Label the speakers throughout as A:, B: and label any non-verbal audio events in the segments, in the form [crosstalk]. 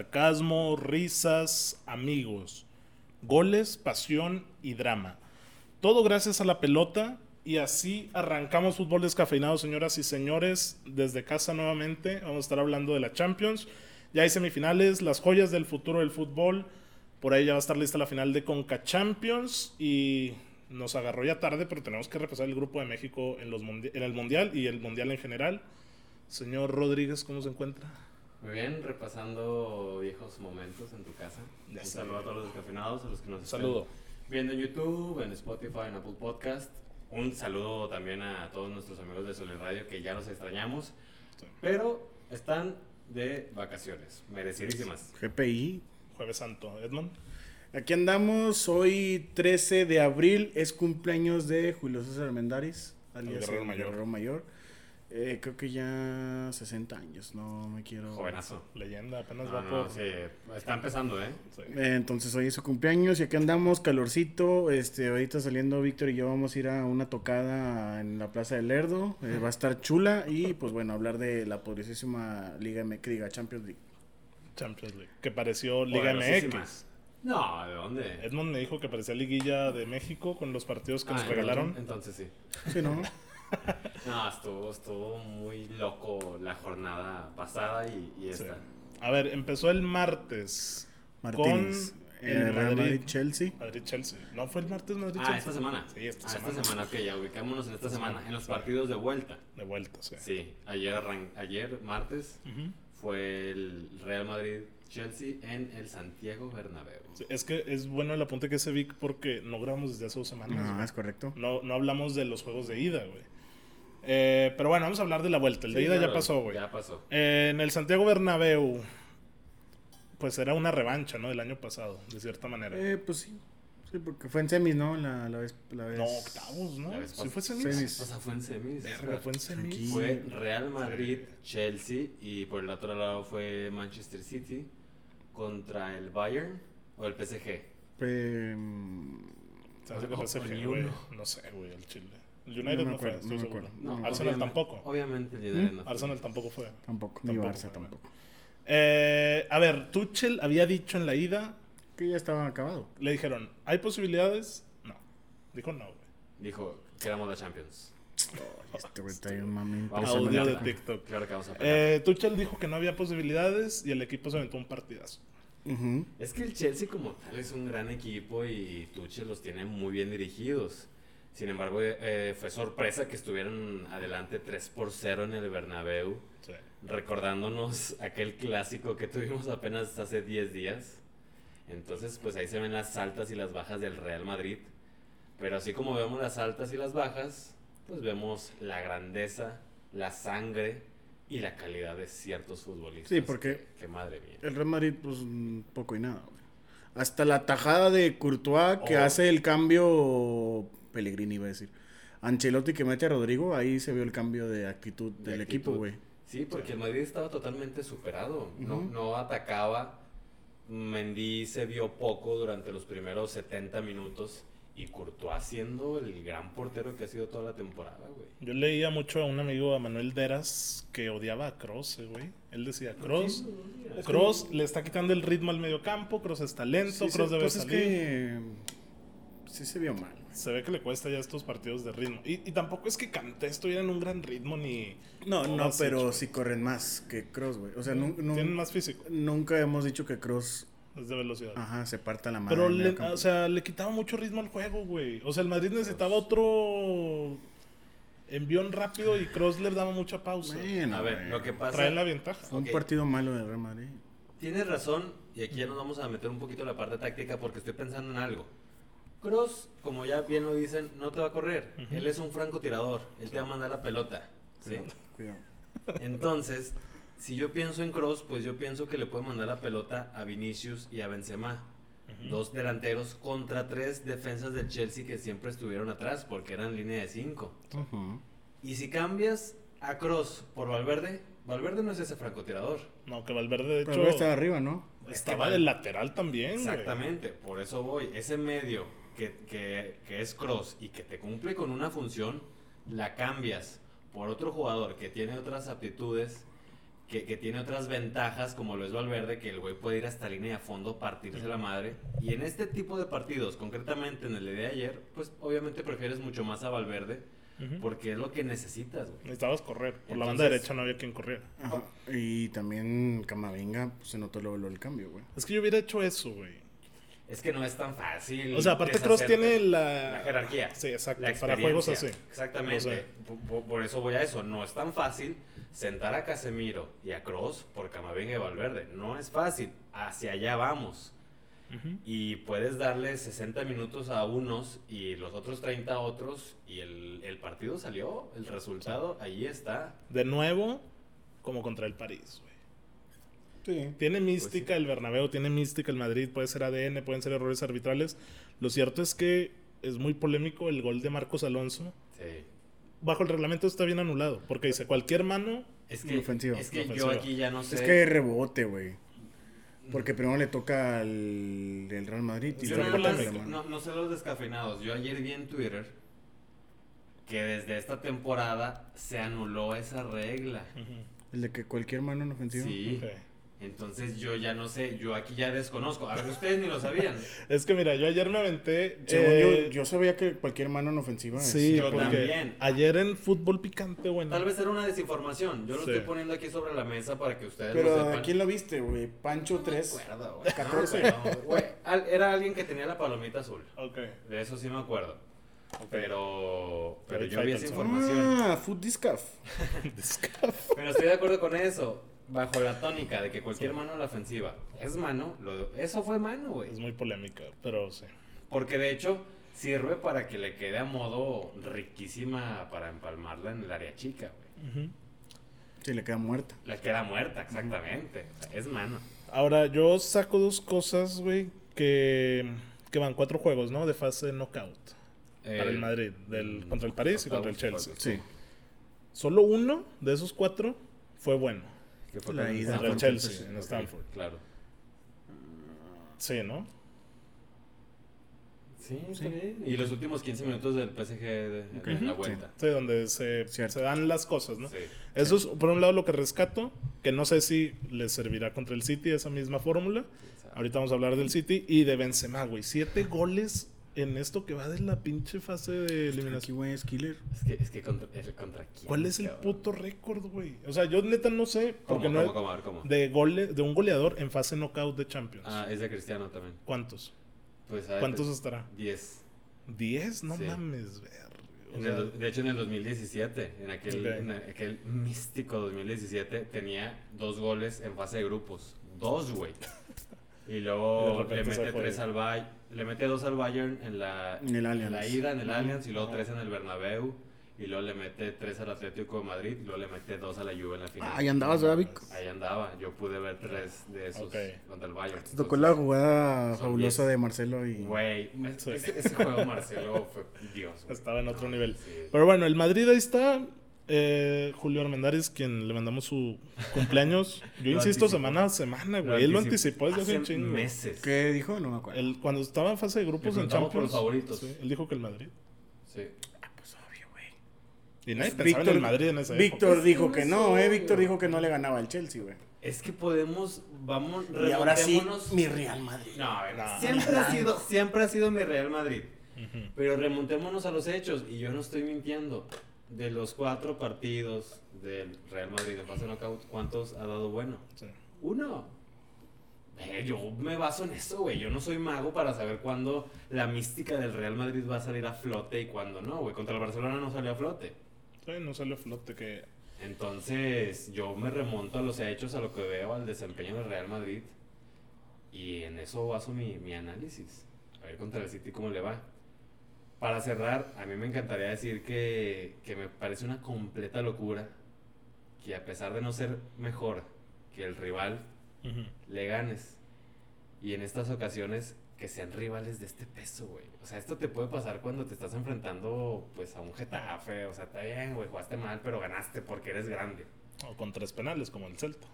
A: sarcasmo, risas, amigos, goles, pasión y drama. Todo gracias a la pelota y así arrancamos fútbol descafeinado, señoras y señores, desde casa nuevamente. Vamos a estar hablando de la Champions. Ya hay semifinales, las joyas del futuro del fútbol. Por ahí ya va a estar lista la final de Conca Champions y nos agarró ya tarde, pero tenemos que repasar el grupo de México en, los mundi- en el Mundial y el Mundial en general. Señor Rodríguez, ¿cómo se encuentra?
B: Muy bien, repasando viejos momentos en tu casa.
A: Ya
B: Un
A: sé.
B: saludo a todos los descafeinados, a los que nos están
A: Saludo.
B: viendo en YouTube, en Spotify, en Apple Podcast. Un saludo también a todos nuestros amigos de Soler Radio que ya los extrañamos,
A: Sí.
B: pero están de vacaciones, merecidísimas.
C: GPI.
A: Jueves Santo, Edmond.
C: Aquí andamos, hoy 13 de abril, es cumpleaños de Julio César Armendáriz,
A: El
C: alias
A: guerrero
C: el
A: mayor.
C: Guerrero Mayor. Eh, creo que ya 60 años, no me quiero...
B: Jovenazo.
A: Leyenda, apenas
B: No,
A: va
B: no,
A: por.
B: Ah, sí, está empezando, ¿eh?
A: Sí.
C: Eh, entonces hoy es su cumpleaños y aquí andamos, calorcito. Este, ahorita saliendo Víctor y yo vamos a ir a una tocada en la Plaza del Lerdo. eh, va a estar chula y pues bueno, hablar de la poderosísima Liga MX, Liga Champions League.
A: Champions League. Que pareció Liga MX.
B: Poderosísimas. No, ¿de dónde?
A: Edmond me dijo que parecía Liguilla de México con los partidos que
B: Ah,
A: nos regalaron.
B: entonces- Entonces sí.
C: Sí, ¿no?
B: No, estuvo, estuvo muy loco la jornada pasada y, y
A: Sí.
B: esta.
A: A ver, empezó el martes.
C: Martínez.
A: [laughs] Con
C: eh,
A: el
C: Real
A: Madrid.
C: Madrid, Chelsea.
A: Madrid-Chelsea. No fue el martes Madrid-Chelsea.
B: Ah, esta semana.
A: Sí, esta
B: Ah,
A: semana.
B: ok, ya ubicámonos en esta semana, en los partidos de vuelta.
A: De vuelta, sí.
B: Sí, ayer, arran- ayer martes,
A: Ujú.
B: fue el Real Madrid-Chelsea en el Santiago Bernabéu.
A: Sí, Es que es bueno el apunte que hace Vic porque Ah, no grabamos desde hace dos semanas.
C: No,
A: güey.
C: Ah, es correcto.
A: No, no hablamos de los juegos de ida, güey. Eh, pero bueno, vamos a hablar de la vuelta. El de
B: Sí,
A: ida ya
B: claro,
A: pasó, güey.
B: Ya pasó.
A: Eh, en el Santiago Bernabéu, pues era una revancha, ¿no? Del año pasado, de cierta manera.
C: Eh, pues sí. Sí, porque fue en semis, ¿no? La, la vez, la vez.
A: no, octavos,
B: La
A: ¿no?
B: vez
A: Sí
B: pas-
A: fue semis.
C: semis.
B: O sea, fue en semis.
A: Verga, fue en semis.
C: Aquí.
B: Fue Real Madrid-Chelsea y por el otro lado fue Manchester City contra el Bayern o el PSG.
C: Eh, mm,
A: Se hace que
B: No,
A: PSG,
B: ni
A: güey.
B: uno.
A: No sé, güey, el Chile. El United
C: No me
A: no, fue,
C: acuerdo,
A: estoy
C: no me
A: seguro.
C: acuerdo.
B: No,
A: Arsenal
B: obviamente-
A: tampoco. ¿Mm?
B: Obviamente el líder no. fue.
A: Arsenal tampoco fue.
C: tampoco, ni
A: Tampoco,
C: Barça
A: güey.
C: tampoco.
A: Eh, a ver, Tuchel había dicho en la ida,
C: Que ya estaba acabado.
A: le dijeron, ¿hay posibilidades? No. Dijo no, güey.
B: Dijo, queramos la Champions.
C: Este güey trae un mame
B: Vamos
C: impresionante.
A: Audio
B: a
A: de
B: pelear.
A: TikTok.
B: Claro que vamos a pelear.
A: Eh, Tuchel dijo que no había posibilidades y el equipo se aventó un partidazo.
C: Ujú.
B: Es que el Chelsea como tal es un gran equipo y Tuchel los tiene muy bien dirigidos. Sin embargo, eh, fue sorpresa que estuvieran adelante 3 por 0 en el Bernabéu,
A: Sí.
B: recordándonos [laughs] aquel clásico que tuvimos apenas hace 10 días. Entonces, pues ahí se ven las altas y las bajas del Real Madrid. Pero así como vemos las altas y las bajas, pues vemos la grandeza, la sangre y la calidad de ciertos futbolistas.
C: Sí, porque-
B: Que, que madre mía.
C: El Real Madrid, pues mm, poco y nada, güey. Hasta la tajada de Courtois que
A: Oh.
C: hace el cambio. Pellegrini iba a decir. Ancelotti que mete a Rodrigo, ahí se vio el cambio de actitud
B: De
C: del
B: actitud.
C: equipo, güey.
B: Sí, porque el Madrid estaba totalmente superado. no,
C: Ujú.
B: no atacaba. Mendy se vio poco durante los primeros 70 minutos. Y Courtois siendo el gran portero que ha sido toda la temporada, güey.
A: Yo leía mucho a un amigo, a Manuel Deras, que odiaba a Cross, eh, güey. Él decía, Cross, Cross le está quitando el ritmo al mediocampo, Cross está lento,
C: Sí, sí,
A: Cross debe
C: pues es
A: salir.
C: que. mm, Sí se vio mal. güey.
A: Se ve que le cuesta ya estos partidos de ritmo. Y, y tampoco es que Kanté estuviera en un gran ritmo ni...
C: No,
A: o
C: Oh, no,
A: Vasic,
C: pero
A: güey.
C: sí corren más que Cross, güey. O sea, nun- nun-
A: Tienen más físico,
C: nunca hemos dicho que Cross,
A: es de velocidad.
C: ajá, se parta la Ah, madre.
A: Pero,
C: en medio
A: le-
C: campo.
A: o sea, le quitaba mucho ritmo al juego, güey. O sea, el Madrid necesitaba otro envión rápido y Cross le daba mucha pausa.
C: Bueno,
B: A ver,
C: güey.
B: lo que pasa.
A: Traen la ventaja.
C: Fue un
B: Ok.
C: partido malo del Real Madrid.
B: Tienes razón, y aquí ya nos vamos a meter un poquito en la parte táctica porque estoy pensando en algo. Cross, como ya bien lo dicen, no te va a correr. Él es un francotirador, él te va a mandar la pelota. ¿sí?
C: Cuidado.
B: Entonces, si yo pienso en Cross, pues yo pienso que le puede mandar la pelota a Vinicius y a Benzema. Dos delanteros contra tres defensas del Chelsea que siempre estuvieron atrás porque eran línea de cinco.
C: Ujú.
B: Y si cambias a Cross por Valverde, Valverde no es ese francotirador.
A: No, que Valverde, de
C: Pero
A: hecho,
C: luego estaba arriba, ¿no?
A: estaba de lateral también, güey.
B: Exactamente, por eso voy. Ese medio que, que- que es cross y que te cumple con una función, la cambias por otro jugador que tiene otras aptitudes que, que tiene otras ventajas, como lo es Valverde, que el güey puede ir hasta línea de fondo, partirse la madre. Y en este tipo de partidos, concretamente en el de ayer, pues obviamente prefieres mucho más a Valverde,
A: Ujú.
B: porque es lo que necesitas, güey.
A: Necesitabas correr. Por la
B: Entonces-
A: banda derecha no había quien corriera.
C: Ajá. Y también Camavinga pues, se notó luego luego el cambio, güey.
A: Es que yo hubiera hecho eso, güey.
B: Es que no es tan fácil.
A: O sea, aparte Cross
B: deshacerte.
A: tiene la...
B: La jerarquía.
A: Sí, exacto.
B: La
A: para juegos así.
B: experiencia. Exactamente.
A: O sea.
B: Por- por, por eso voy a eso. No es tan fácil sentar a Casemiro y a Cross por Camavinga y Valverde. No es fácil. Hacia allá vamos.
A: Ujú.
B: Y puedes darle 60 minutos a unos y los otros 30 a otros. Y el, el partido salió. El resultado ahí está.
A: De nuevo, como contra el París, güey.
C: Sí.
A: Tiene mística el Bernabéu, tiene mística el Madrid, puede ser ADN, pueden ser errores arbitrales. Lo cierto es que es muy polémico el gol de Marcos Alonso.
B: Sí.
A: Bajo el reglamento está bien anulado, porque dice cualquier mano,
B: Es que,
C: Inofensivo.
B: es que yo
A: Inofensivo.
B: aquí ya no sé.
C: Es que rebote, güey. Porque primero le toca al el Real Madrid y
B: Yo
A: Está
C: luego
B: nada
A: bien
B: más,
C: le toca la
A: polémico.
B: no,
C: mano.
B: no sé los descafeinados. Yo ayer vi en Twitter que desde esta temporada se anuló esa regla.
C: El de que cualquier mano en ofensiva.
B: Sí.
A: Ok.
B: Entonces yo ya no sé, yo aquí ya desconozco. A ver, ustedes ni lo
A: [laughs]
B: sabían.
A: Es que mira, yo ayer me aventé.
C: Según
A: eh,
C: yo, yo sabía que cualquier mano en ofensiva. es-
A: sí,
B: yo
A: porque
B: también.
A: ayer en fútbol picante, bueno.
B: Tal vez era una desinformación. Yo lo
A: Sí.
B: estoy poniendo aquí sobre la mesa para que ustedes lo
C: Pero
B: sepan.
C: ¿a quién lo viste, güey? Pancho 3.
B: No me acuerdo, güey. No,
C: 14.
B: pero, güey, al- era alguien que tenía la palomita azul.
A: Ok.
B: De eso sí me acuerdo. Pero, pero
A: David
B: yo vi esa
A: Faitelson.
B: información.
C: Ah, Food Discaf.
B: Pero estoy de acuerdo con eso. Bajo la tónica de que cualquier mano a la ofensiva es mano, lo- eso fue mano, güey.
A: [laughs] Es muy polémica, pero sí.
B: Porque de hecho sirve para que le quede a modo riquísima para empalmarla en el área chica, güey.
A: Ujú.
C: Sí, le queda muerta.
B: La queda muerta, exactamente. O sea, es mano.
A: Ahora, yo saco dos cosas, güey, que, que van cuatro juegos, ¿no? De fase knockout.
B: Eh,
A: para el Madrid, del, contra el París y contra el
B: octavos,
A: Chelsea.
C: Sí.
A: Solo uno de esos cuatro fue bueno.
B: Que fue
C: La
B: con-
C: ida.
A: Contra el
C: Stanford,
A: Chelsea,
C: sí,
A: en
B: Ok,
A: Stanford.
B: Claro.
A: Sí, ¿no?
B: Sí, está bien. Y los últimos 15 minutos del PSG de, de
C: Ok.
B: la
C: Ujú.
B: vuelta.
A: Sí, donde se,
C: Cierto.
A: se dan las cosas, ¿no?
B: Sí.
A: Eso es, por un lado, lo que rescato, que no sé si les servirá contra el City esa misma fórmula. Ahorita vamos a hablar del City y de Benzema, güey. Siete goles en esto que va de la pinche fase de
C: Aquí,
A: eliminación.
C: güey, es killer.
B: Es que, es que contra, es contra quién.
A: ¿Cuál es el
B: cabrón?
A: puto récord, güey? O sea, yo neta no sé,
B: ¿Cómo,
A: porque
B: cómo,
A: no
B: cómo, A ver, cómo?
A: de goles de un goleador en fase knockout de Champions.
B: Ah, es de Cristiano también.
A: ¿Cuántos?
B: Pues, ah,
A: ¿Cuántos estará?
B: 10.
A: ¿Diez? No
B: Sí.
A: mames, ver. O
B: En
A: sea,
B: el- de hecho, en el 2017, en aquel,
A: Ok.
B: en aquel místico 2017, tenía dos goles en fase de grupos. Dos, güey. Y
A: De
B: luego
A: repente
B: le
A: se
B: mete
A: fue.
B: tres al Bayern, le mete dos al Bayern en la,
C: En el Allianz.
B: en la ida en el Allianz y luego
A: Ajá.
B: tres en el Bernabéu y luego le mete tres al Atlético de Madrid y luego le mete dos a la Juve en la final.
C: Ahí andabas, ¿verdad, Vic?
B: Ahí andaba, yo pude ver tres de esos
A: Ok.
B: contra el Bayern.
C: Te tocó la jugada
B: Son
C: fabulosa
B: diez.
C: de Marcelo y...
B: Güey,
A: Sí.
B: ese, ese juego Marcelo fue Dios. güey.
A: Estaba en otro
B: No,
A: nivel.
B: sí.
A: Pero bueno, el Madrid ahí está. Eh, Julio Armendáriz, quien le mandamos su
B: [laughs]
A: cumpleaños. Yo
B: Lo
A: insisto,
B: anticipó.
A: semana a semana, güey. Él lo anticipó desde hace
B: hace
A: un chingo.
B: meses.
C: ¿Qué dijo? No me acuerdo.
A: Él, cuando estaba en fase de grupos
B: Le
A: en
B: preguntamos
A: Champions.
B: por los favoritos.
A: sí, él dijo que el Madrid.
B: Sí.
C: Pues obvio, güey.
A: Y nadie pensaba en el Madrid en esa época.
C: Víctor dijo que no, eh.
B: Eso,
C: Víctor
B: güey.
C: dijo que no le ganaba al Chelsea, güey.
B: Es que podemos, vamos,
C: Y ahora sí,
B: remontémonos-
C: mi Real Madrid.
B: No, a ver,
A: No.
B: siempre ha sido, siempre ha sido mi Real Madrid.
A: Ujú.
B: Pero remontémonos a los hechos y yo no estoy mintiendo. De los cuatro partidos del Real Madrid en fase knockout, ¿cuántos ha dado bueno?
A: Sí.
B: Uno. Eh, yo me baso en eso, güey. Yo no soy mago para saber cuándo la mística del Real Madrid va a salir a flote y cuándo no, güey. Contra el Barcelona no salió a flote.
A: Sí, no salió a flote que.
B: Entonces, yo me remonto a los hechos, a lo que veo, al desempeño del Real Madrid. Y en eso baso mi, mi análisis. A ver contra el City cómo le va. Para cerrar, a mí me encantaría decir que, que me parece una completa locura que a pesar de no ser mejor que el rival,
A: Ujú.
B: le ganes. Y en estas ocasiones que sean rivales de este peso, güey. O sea, esto te puede pasar cuando te estás enfrentando pues a un Getafe, o sea, está bien, güey, jugaste mal, pero ganaste porque eres grande.
A: O con tres penales, como el Celta.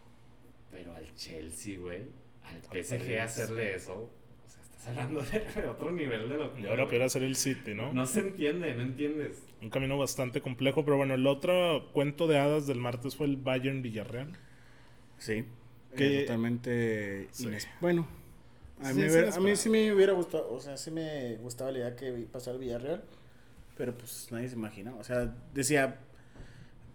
B: Pero al Chelsea, güey, al
A: Al
B: PSG
A: París.
B: hacerle eso, o sea, estás hablando de, de [laughs] otro nivel de lo
A: Y ahora
B: güey.
A: peor hacer el City, ¿no?
B: No se entiende, no entiendes.
A: Un camino bastante complejo. Pero bueno, el otro cuento de hadas del martes fue el Bayern Villarreal.
C: Sí.
A: Que-
C: Que Eh, totalmente
A: Sí.
C: ines- Bueno, a
A: Sí,
C: mí, me
A: sí,
C: hubiera-
A: es
C: a mí
A: para-
C: sí me hubiera gustado, o sea, sí me gustaba la idea que vi- pasara el Villarreal, pero pues nadie se imaginaba. O sea, decía,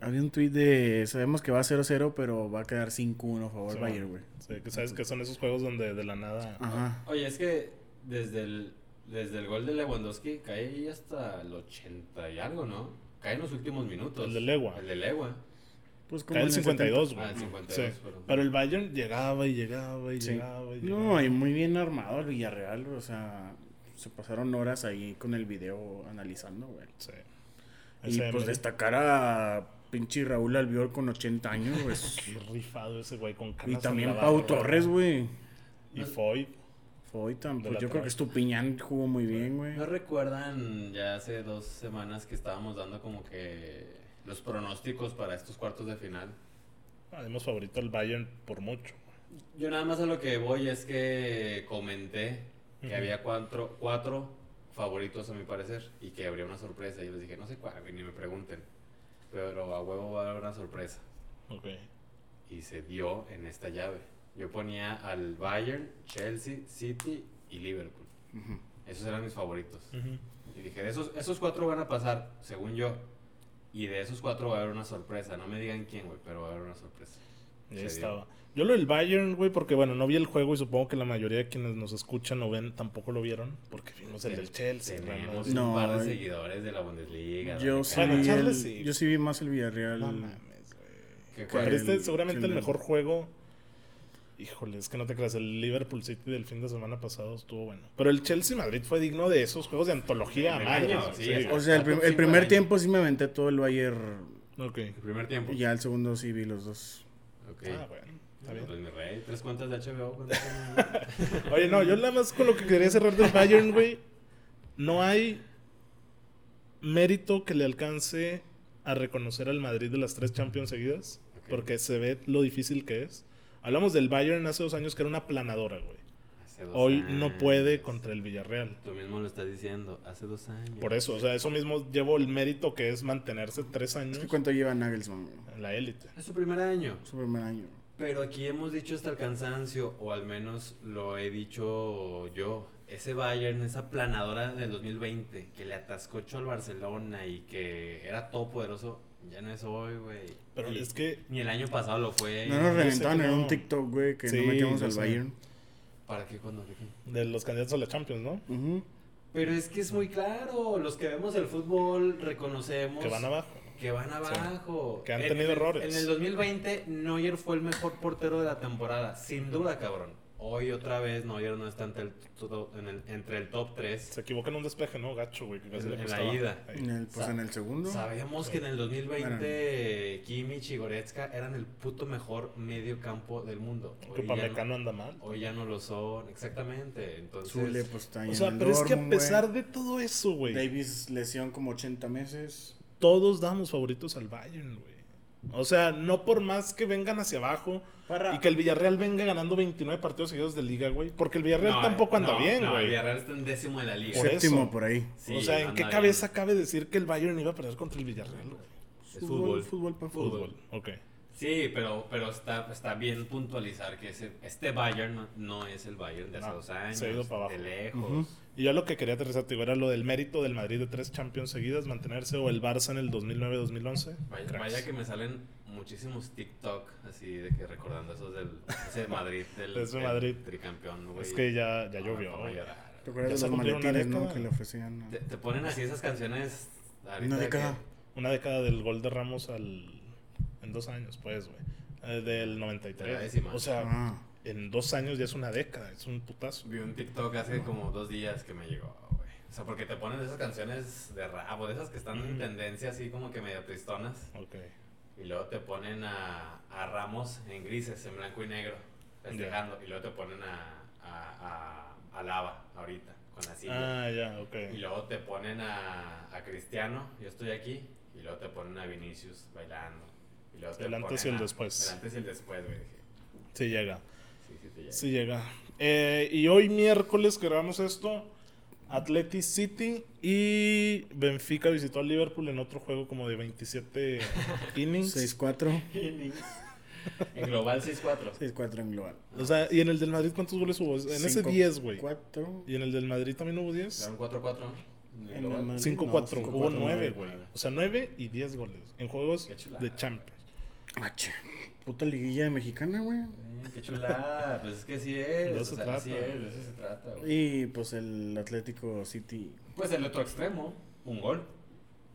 C: había un tuit de, sabemos que va a 0-0, pero va a quedar 5-1 a favor
A: Sí,
C: Bayern, güey. Ah,
A: Sí, que sabes que son esos juegos donde de la nada.
C: Ajá.
B: Oye, es que desde el, desde el gol de Lewandowski cae ahí hasta el 80 y algo, ¿no? Cae en los últimos minutos.
A: El de Legua.
B: El de Legua.
C: Pues como
A: Cae el
C: en
A: 52,
B: Ah,
A: güey.
B: el 52,
A: Sí.
B: perdón.
A: Pero el Bayern llegaba y llegaba y
C: Sí.
A: llegaba y
C: No,
A: llegaba.
C: y muy bien armado el Villarreal, o sea, se pasaron horas ahí con el video analizando, güey.
A: Sí.
C: Y
A: Ese
C: pues
A: me-
C: destacar a pinche Raúl Albiol con 80 años,
A: [laughs]
C: pues.
A: qué rifado ese güey con
C: y
A: canas en
C: también
A: la barra,
C: Pau Torres, güey.
A: Y Foy.
C: Fue tan,
A: De
C: pues,
A: la
C: yo creo que
A: Torre.
C: Estupiñán jugó muy bien, güey.
B: ¿No recuerdan ya hace dos semanas que estábamos dando como que los pronósticos para estos cuartos de final?
A: Además favorito al Bayern por mucho.
B: Yo nada más a lo que voy es que comenté que
A: Ujú.
B: había cuatro, cuatro favoritos a mi parecer y que habría una sorpresa. Y les dije, no sé cuál, güey, ni me pregunten. Pero a huevo va a haber una sorpresa.
A: Ok.
B: Y se dio en esta llave. Yo ponía al Bayern, Chelsea, City y Liverpool.
C: Ujú.
B: Esos eran mis favoritos.
A: Ujú.
B: Y dije, de esos, esos cuatro van a pasar, según yo. Y de esos cuatro va a haber una sorpresa. No me digan quién, güey, pero va a haber una sorpresa.
A: Y ahí
B: Se dio.
A: estaba. Yo lo del Bayern, güey, porque bueno, no vi el juego y supongo que la mayoría de quienes nos escuchan o ven tampoco lo vieron. Porque vimos el del Chelsea.
B: Tenemos
A: hermano.
C: No,
B: un par de
C: eh.
B: seguidores de la Bundesliga.
C: Yo
B: Dani
C: sí,
A: Bueno,
B: Cano.
C: vi
A: Charles
C: el-
A: sí.
C: yo sí vi más el Villarreal.
A: No mames, güey.
B: Que
A: Pero
C: Con
B: juegue-
A: este
C: el-
A: es seguramente el
C: el-
A: mejor juego. Híjole, es que no te creas. El Liverpool City del fin de semana pasado estuvo bueno. Pero el Chelsea Madrid fue digno de esos juegos de antología.
B: Del
A: madre,
B: año,
A: sí,
B: sí,
A: güey.
C: o sea, el, prim- el primer tiempo sí me aventé todo el Bayern.
A: Ok.
B: El primer tiempo.
C: Y ya el segundo sí vi los dos.
B: Ok.
A: Ah, bueno. Está bien.
B: Pues mi rey, tres cuentas de HBO.
A: [laughs]
B: ¿cuántas son?
A: Oye, no, yo nada más con lo que quería cerrar del Bayern, güey. No hay mérito que le alcance a reconocer al Madrid de las tres Champions seguidas,
B: Ok.
A: porque se ve lo difícil que es. Hablamos del Bayern hace dos años que era una planadora, güey.
B: Hace dos
A: Hoy no
B: años.
A: puede contra el Villarreal.
B: Tú mismo lo estás diciendo, hace dos años.
A: Por eso, o sea, eso mismo llevo el mérito que es mantenerse tres años
C: Es que cuánto lleva Nagelsmann, güey.
A: en la élite.
B: Es su primer año.
C: Su primer año.
B: Pero aquí hemos dicho hasta el cansancio, o al menos lo he dicho yo. Ese Bayern, esa planadora del 2020, que le atascó ocho al Barcelona y que era todopoderoso, ya no es hoy, güey.
A: Pero
B: Y-
A: es que
B: Ni el año pasado lo fue.
C: No
A: Eh,
C: nos
A: yo sé
C: reventaron
A: que
C: en
A: no.
C: un TikTok, güey, que
A: Sí,
C: no metíamos
A: yo
C: al
A: sé.
C: Bayern.
B: ¿Para qué cuando qué?
A: de los candidatos a la Champions, ¿no?
C: Ujú.
B: Pero es que es muy claro, los que vemos el fútbol reconocemos
A: Que van abajo.
B: que van abajo.
A: Que han
B: En-
A: tenido
B: en-
A: errores.
B: En el 2020, Neuer fue el mejor portero de la temporada, sin duda, cabrón. Hoy otra vez Neuer no está entre el, todo- en el- entre el top 3.
A: Se equivoca en un despeje, ¿no? Gacho, güey, que casi
B: En-
A: le
B: en la
A: costaba.
B: ida.
A: Ahí.
C: En el- pues
B: Sa-
C: en el segundo.
B: Sabíamos que en el 2020 Kimmich y Goretzka eran el puto mejor medio campo del mundo.
A: Que
B: Hoy ya, no,
A: Pamecano anda mal.
B: hoy ya no lo son, exactamente. Entonces,
C: Zule, pues está ahí
A: O
C: en
A: sea,
C: el
A: pero es que a
C: Dortmund, güey.
A: pesar de todo eso, güey,
C: Davis lesión como 80 meses.
A: todos damos favoritos al Bayern, güey. O sea, no por más que vengan hacia abajo
C: Parra.
A: y que el Villarreal venga ganando 29 partidos seguidos de liga, güey. Porque el Villarreal
B: No, eh,
A: tampoco anda
B: no,
A: bien,
B: no, el
A: güey.
B: Villarreal está en décimo de la liga.
A: Por
C: Séptimo
A: eso.
C: por ahí.
B: Sí,
A: o sea, ¿en
B: anda
A: qué
B: bien.
A: cabeza cabe decir que el Bayern iba a perder contra el Villarreal, güey?
B: Es fútbol.
C: Fútbol, para
B: Fútbol.
C: fútbol.
A: Ok.
B: Sí, pero, pero está, está bien puntualizar que ese, este Bayern no, no es el Bayern de hace
A: No,
B: dos años.
A: se ha ido para abajo.
B: De lejos.
C: Ujú.
A: Y yo lo que quería aterrizar, te digo, era lo del mérito del Madrid de tres Champions seguidas, mantenerse, o el Barça en el 2009-2011.
B: Vaya,
A: Cracks.
B: vaya que me salen muchísimos TikTok así de que recordando esos del ese
A: [laughs]
B: Madrid del,
A: De ese
B: del
A: Madrid.
B: tricampeón, güey.
A: Es que ya, ya
B: No,
A: llovió,
B: no,
A: güey.
B: llorar.
A: Ya
C: ¿Te acuerdas
A: se
C: de los
A: cumplió una
C: maletines,
A: década.
C: no? Que le ofrecían. a-
B: Te, te ponen así esas canciones ahorita
C: Una
B: que-
C: década.
A: Una década del gol de Ramos al... en dos años, pues, güey. Eh, del
B: De la
A: 93.
B: décima.
A: o sea,
C: Ah.
A: en dos años ya es una década, es un putazo.
B: Vi un TikTok hace como dos días que me llegó, güey. O sea, porque te ponen esas canciones de rabo, de esas que están en
A: Ujú.
B: tendencia así como que medio tristonas.
A: Ok.
B: Y luego te ponen a, a Ramos en grises, en blanco y negro, festejando. Y luego te ponen a, a, a, a Lava ahorita, con la silla.
A: Ah, ya, ok.
B: Y luego te ponen a, a Cristiano, yo estoy aquí. Y luego te ponen a Vinicius bailando. Y luego te
A: El antes
B: ponen
A: y el
B: a-
A: después.
B: El antes y el después, güey. Dije,
A: Sí llega,
B: sí, sí, te llega.
A: sí llega. Eh, y hoy miércoles que grabamos esto, Athletic City y Benfica visitó al Liverpool en otro juego como de 27 innings.
C: 6-4.
B: [laughs] En global 6-4.
C: 6-4 en global.
A: O sea, ¿y en el del Madrid cuántos goles hubo? En ese
C: Cinco,
A: 10, güey.
C: Cuatro.
A: ¿Y en el del Madrid también hubo 10?
B: Ganaron 4-4. En
C: En
B: global.
C: el Madrid,
A: 5-4,
C: no,
A: hubo
C: 5-4,
A: 9,
C: nueve.
A: güey. O sea, 9 y 10 goles en juegos
B: Qué chulada.
A: de Champions.
C: Ah, che, Puta liguilla mexicana, güey.
B: Eh, Qué chulada, pues es que sí es.
A: De
B: o
A: eso
B: sea,
A: trata.
B: Así es, de eso se trata. güey.
C: Y pues el Atlético City.
B: Pues el otro extremo, un gol.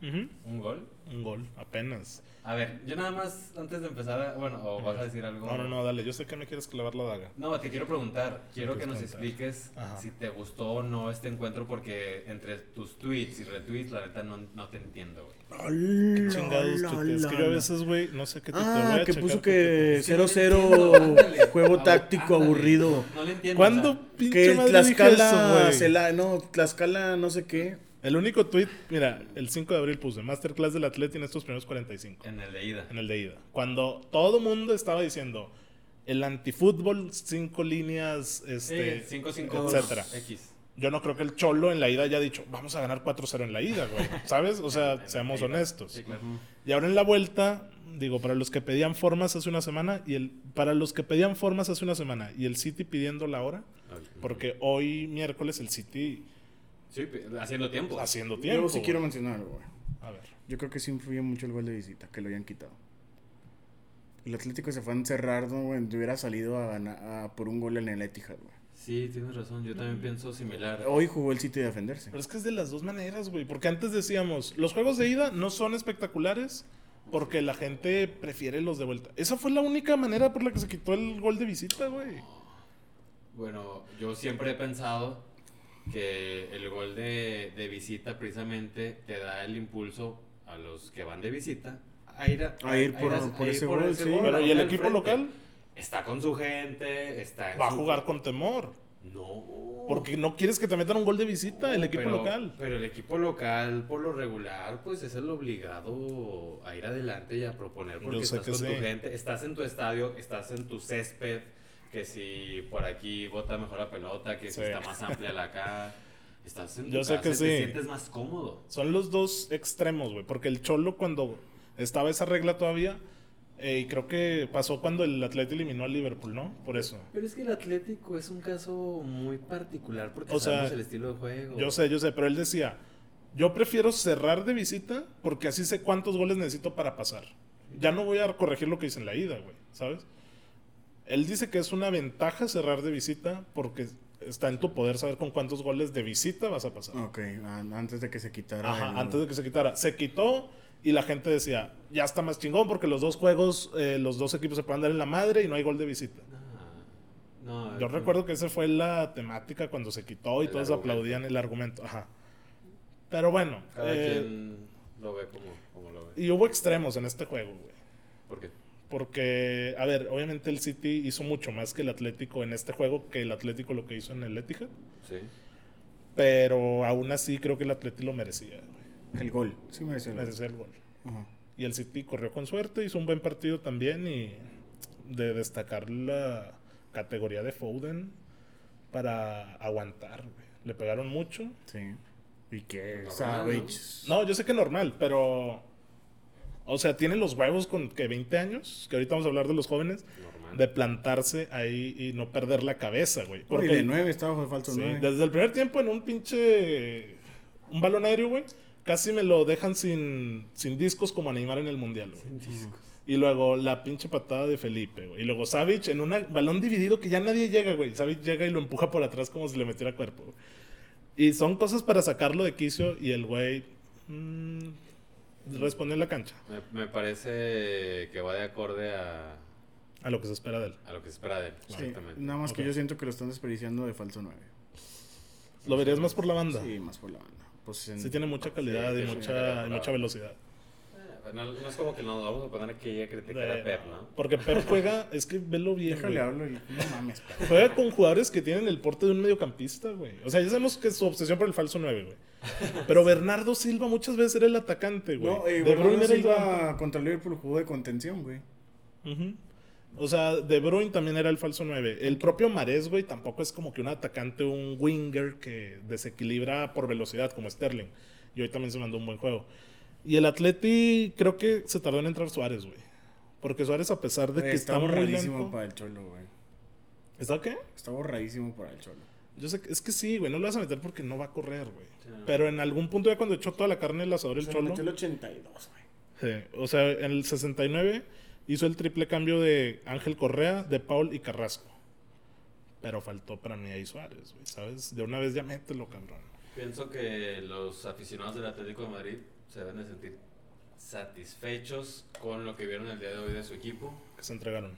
A: Ujú.
B: Un gol.
A: Un gol, apenas.
B: A ver, yo nada más, antes de empezar, a- bueno, o vas a decir algo.
A: No, no, no, dale. Yo sé que me quieres clavar la daga.
B: No, te quiero preguntar, quiero que nos
A: preguntar.
B: expliques
A: Ajá.
B: si te gustó o no este encuentro porque entre tus tweets y retweets la neta no, no te entiendo, güey.
A: Qué chingados tuiteas. Que yo a veces, güey, no sé qué tuiteo. Voy
C: Ah,
A: a
C: que
A: checar
C: puso
A: qué tuiteo.
C: que
B: Sí, entiendo,
C: 0-0
B: ándale.
C: Eh, juego
B: Abu-
C: táctico
B: ándale.
C: aburrido.
B: No le entiendo.
A: ¿Cuándo
B: o sea,
A: pinche
C: Que
A: madre dije eso,
C: Tlaxcala,
A: güey?
C: se la- no, Tlaxcala no sé qué.
A: El único tweet, mira, el 5 de abril puse Masterclass del Atleti en estos primeros 45.
B: en el de ida.
A: En el de ida. Cuando todo mundo estaba diciendo el antifútbol, cinco líneas, este,
B: Sí, 5-5
A: etcétera.
B: Eh, X.
A: Yo no creo que el Cholo en la ida haya dicho, vamos a ganar 4-0 en la ida, güey. ¿Sabes? O
B: [laughs] En
A: sea,
B: la
A: seamos
B: ida.
A: honestos.
B: Sí, claro.
A: Y ahora en la vuelta, digo, para los que pedían formas hace una semana, y el, para los que pedían formas hace una semana, y el City pidiendo la hora, porque hoy miércoles el City
B: Sí, pe- haciendo tiempo.
A: haciendo tiempo.
C: Yo sí
A: güey.
C: quiero mencionar algo, güey.
A: A ver.
C: Yo creo que sí influye mucho el gol de visita, que lo hayan quitado. El Atlético se fue a encerrar, ¿no, güey? Hubiera salido a ganar a- por un gol en el Etihad, güey.
B: Sí, tienes razón, yo también pienso similar.
C: Hoy jugó el City de defenderse.
A: Pero es que es de las dos maneras, güey. Porque antes decíamos, los juegos de ida no son espectaculares porque la gente prefiere los de vuelta. Esa fue la única manera por la que se quitó el gol de visita, güey.
B: Bueno, yo siempre he pensado que el gol de, de visita precisamente te da el impulso a los que van de visita a ir, a,
C: A ir por- por ese gol, sí.
A: Pero,
B: a
A: ¿y el
B: al
A: equipo
B: frente.
A: local?
B: Está con su gente, está... en
A: Va a
B: su-
A: jugar con temor.
B: No.
A: Porque no quieres que te metan un gol de visita el equipo
B: Pero-
A: local.
B: Pero el equipo local, por lo regular, pues es el obligado a ir adelante y a proponer porque
A: Yo sé
B: estás
A: que
B: con
A: sí.
B: tu gente, estás en tu estadio, estás en tu césped, que si por aquí bota mejor la pelota, que
A: Sí.
B: si está más amplia la acá, estás en tu
A: Yo sé
B: casa,
A: que
B: te
A: sí.
B: sientes más cómodo.
A: Son los dos extremos, güey. Porque el Cholo cuando estaba esa regla todavía, eh, y creo que pasó cuando el Atleti eliminó al Liverpool, ¿no? Por eso.
B: Pero es que el Atlético es un caso muy particular porque
A: O sea,
B: sabemos el estilo de juego.
A: Yo sé, yo sé, pero él decía, yo prefiero cerrar de visita porque así sé cuántos goles necesito para pasar. Ya no voy a corregir lo que hice en la ida, güey, ¿sabes? Él dice que es una ventaja cerrar de visita porque está en tu poder saber con cuántos goles de visita vas a pasar.
C: Ok, a- antes de que se quitara.
A: Ajá,
C: el-
A: antes de que se quitara. Se quitó y la gente decía, ya está más chingón porque los dos juegos, eh, los dos equipos se pueden dar en la madre y no hay gol de visita.
B: No, no, eh,
A: Yo
B: no.
A: recuerdo que esa fue la temática cuando se quitó y
B: Ah, El
A: todos
B: argumento.
A: aplaudían el argumento. Ajá. Pero bueno,
B: Cada
A: eh,
B: quien lo ve como, como lo ve.
A: y hubo extremos en este juego, güey.
B: ¿Por qué?
A: Porque, a ver, obviamente el City hizo mucho más que el Atlético en este juego que el Atlético lo que hizo en el Etihad.
B: Sí.
A: Pero aún así creo que el Atlético lo merecía, güey.
C: El gol. Sí, me decía.
A: Merecía el gol. Y el City corrió con suerte, hizo un buen partido también y de destacar la categoría de Foden para aguantar, güey. Le pegaron mucho.
C: Sí. Y que
B: Normal,
C: Savage.
A: No, yo sé que normal, pero. O sea, tiene los huevos con que 20 años, que ahorita vamos a hablar de los jóvenes,
B: Normal.
A: de plantarse ahí y no perder la cabeza, güey.
C: Porque
A: Porque
C: de 9 estaba de falso
A: sí,
C: 9.
A: desde el primer tiempo en un pinche. Un balón aéreo, güey. Casi me lo dejan sin, sin discos como animar en el mundial, güey. Y luego la pinche patada de Felipe, güey. Y luego Savage en un balón dividido que ya nadie llega, güey. Savage llega y lo empuja por atrás como si le metiera cuerpo. güey. Y son cosas para sacarlo de quicio y el güey mm, responde en la cancha
B: Me, me parece que va de acorde a,
A: a lo que se espera de él.
B: a lo que se espera de él.
C: Sí,
B: Exactamente.
C: Nada más
A: Ok.
C: que yo siento que lo están desperdiciando de falso 9.
A: Lo verías más por la banda.
C: Sí,
A: Sí,
C: más por la banda. Pues en-
A: tiene mucha calidad
B: Sí,
A: y,
B: tiene mucha
A: mucha,
B: calidad,
A: y
B: bravo.
A: mucha velocidad.
B: Eh, No, no es como que nos vamos a poner aquí a criticar
A: Eh,
B: a Pep, ¿no?
A: Porque Pep juega, es que velo bien.
C: Déjale
A: güey.
C: hablo y no
A: [laughs]
C: mames. pa.
A: Juega con jugadores que tienen el porte de un mediocampista, güey. O sea, ya sabemos que su obsesión por el falso 9, güey. Pero Bernardo Silva muchas veces era el atacante, güey.
C: No, eh,
A: de
C: Bernardo
A: Bruyne era el gran-
C: Silva contra el Liverpool jugó de contención, güey.
A: Ujú. O sea, De Bruyne también era el falso 9. El propio Mares, güey, tampoco es como que un atacante, un winger que desequilibra por velocidad como Sterling. Y hoy también se mandó un buen juego. Y el Atleti creo que se tardó en entrar Suárez, güey. Porque Suárez, a pesar de
C: Güey,
A: que
C: Eh, está
A: está, muy
C: borradísimo
A: lento...
C: para el Cholo, güey.
A: ¿Está qué?
C: Está borradísimo para el Cholo.
A: Yo sé que- es que sí, güey, no lo vas a meter porque no va a correr, güey.
B: Sí, no.
A: Pero en algún punto ya cuando echó toda la carne el asador el
C: Se lo
A: Cholo,
C: metió el 82, güey.
A: sí, o sea, en el 69 hizo el triple cambio de Ángel Correa, de Paul y Carrasco. Pero faltó para mí ahí Suárez, güey, ¿sabes? De una vez ya mételo, cabrón.
B: Pienso que los aficionados del Atlético de Madrid se deben de sentir satisfechos con lo que vieron el día de hoy de su equipo,
A: Que se entregaron.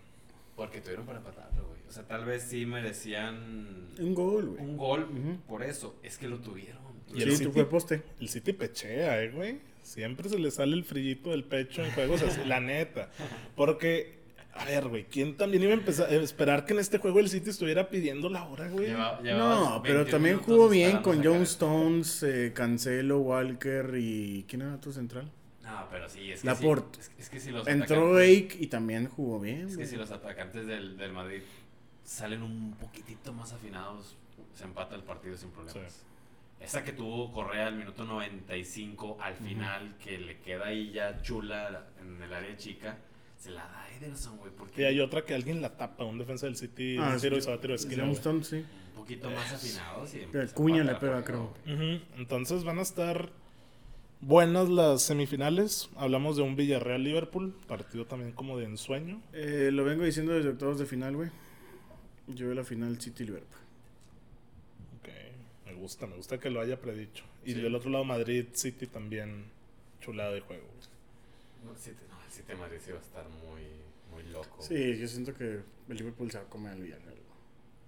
B: porque tuvieron para empatarlo, güey. O sea, tal vez sí merecían
C: Un gol, güey.
B: un gol
C: Ujú.
B: por eso. Es que lo tuvieron.
A: Y el
C: Sí,
A: City.
C: tú fue poste.
A: El City pechea, eh, güey. Siempre se le sale el frillito del pecho en juegos así, la neta. Porque, a ver, güey, ¿quién también iba a empezar, a esperar que en este juego el City estuviera pidiendo la hora, güey?
B: Lleva- llevabas
C: No, pero
B: 21
C: también
B: minutos
C: jugó bien
B: esperando
C: con
B: sacar
C: John
B: el-
C: Stones, eh, Cancelo, Walker y. ¿Quién era tu central?
B: No, pero sí, es que,
C: Laporte.
B: sí, es, es que si los
C: Entró
B: atacantes-
C: Ake y también jugó bien.
B: Es que
C: güey.
B: si los atacantes del, del Madrid salen un poquitito más afinados, se empata el partido sin problemas.
A: Sí.
B: Esa que tuvo Correa al minuto 95 al final, que le queda ahí ya chula en el área chica, se la da Ederson, güey,
A: Y
B: porque
A: hay otra que alguien la tapa, un defensa del City,
C: Ah,
A: un tiro
C: sí.
A: y se va a tiro de esquina.
C: John
A: güey.
C: Stones, sí.
B: un poquito más afinados. Y
C: Pero
B: se
C: Cuña
B: empata
C: la
B: el
C: pega,
B: partido,
C: creo.
B: güey.
A: Ujú. Entonces van a estar buenas las semifinales. Hablamos de un Villarreal-Liverpool, partido también como de ensueño.
C: Eh, lo vengo diciendo desde octavos de final, güey. Yo veo la final City-Liverpool.
A: Ok, me gusta, me gusta que lo haya predicho. Y
B: Sí.
A: del otro lado Madrid-City también chulada de juego.
B: No, el 7 no, el 7 de Madrid sí va a estar muy, muy loco.
C: Sí, yo siento que el Liverpool se va a comer al Villarreal.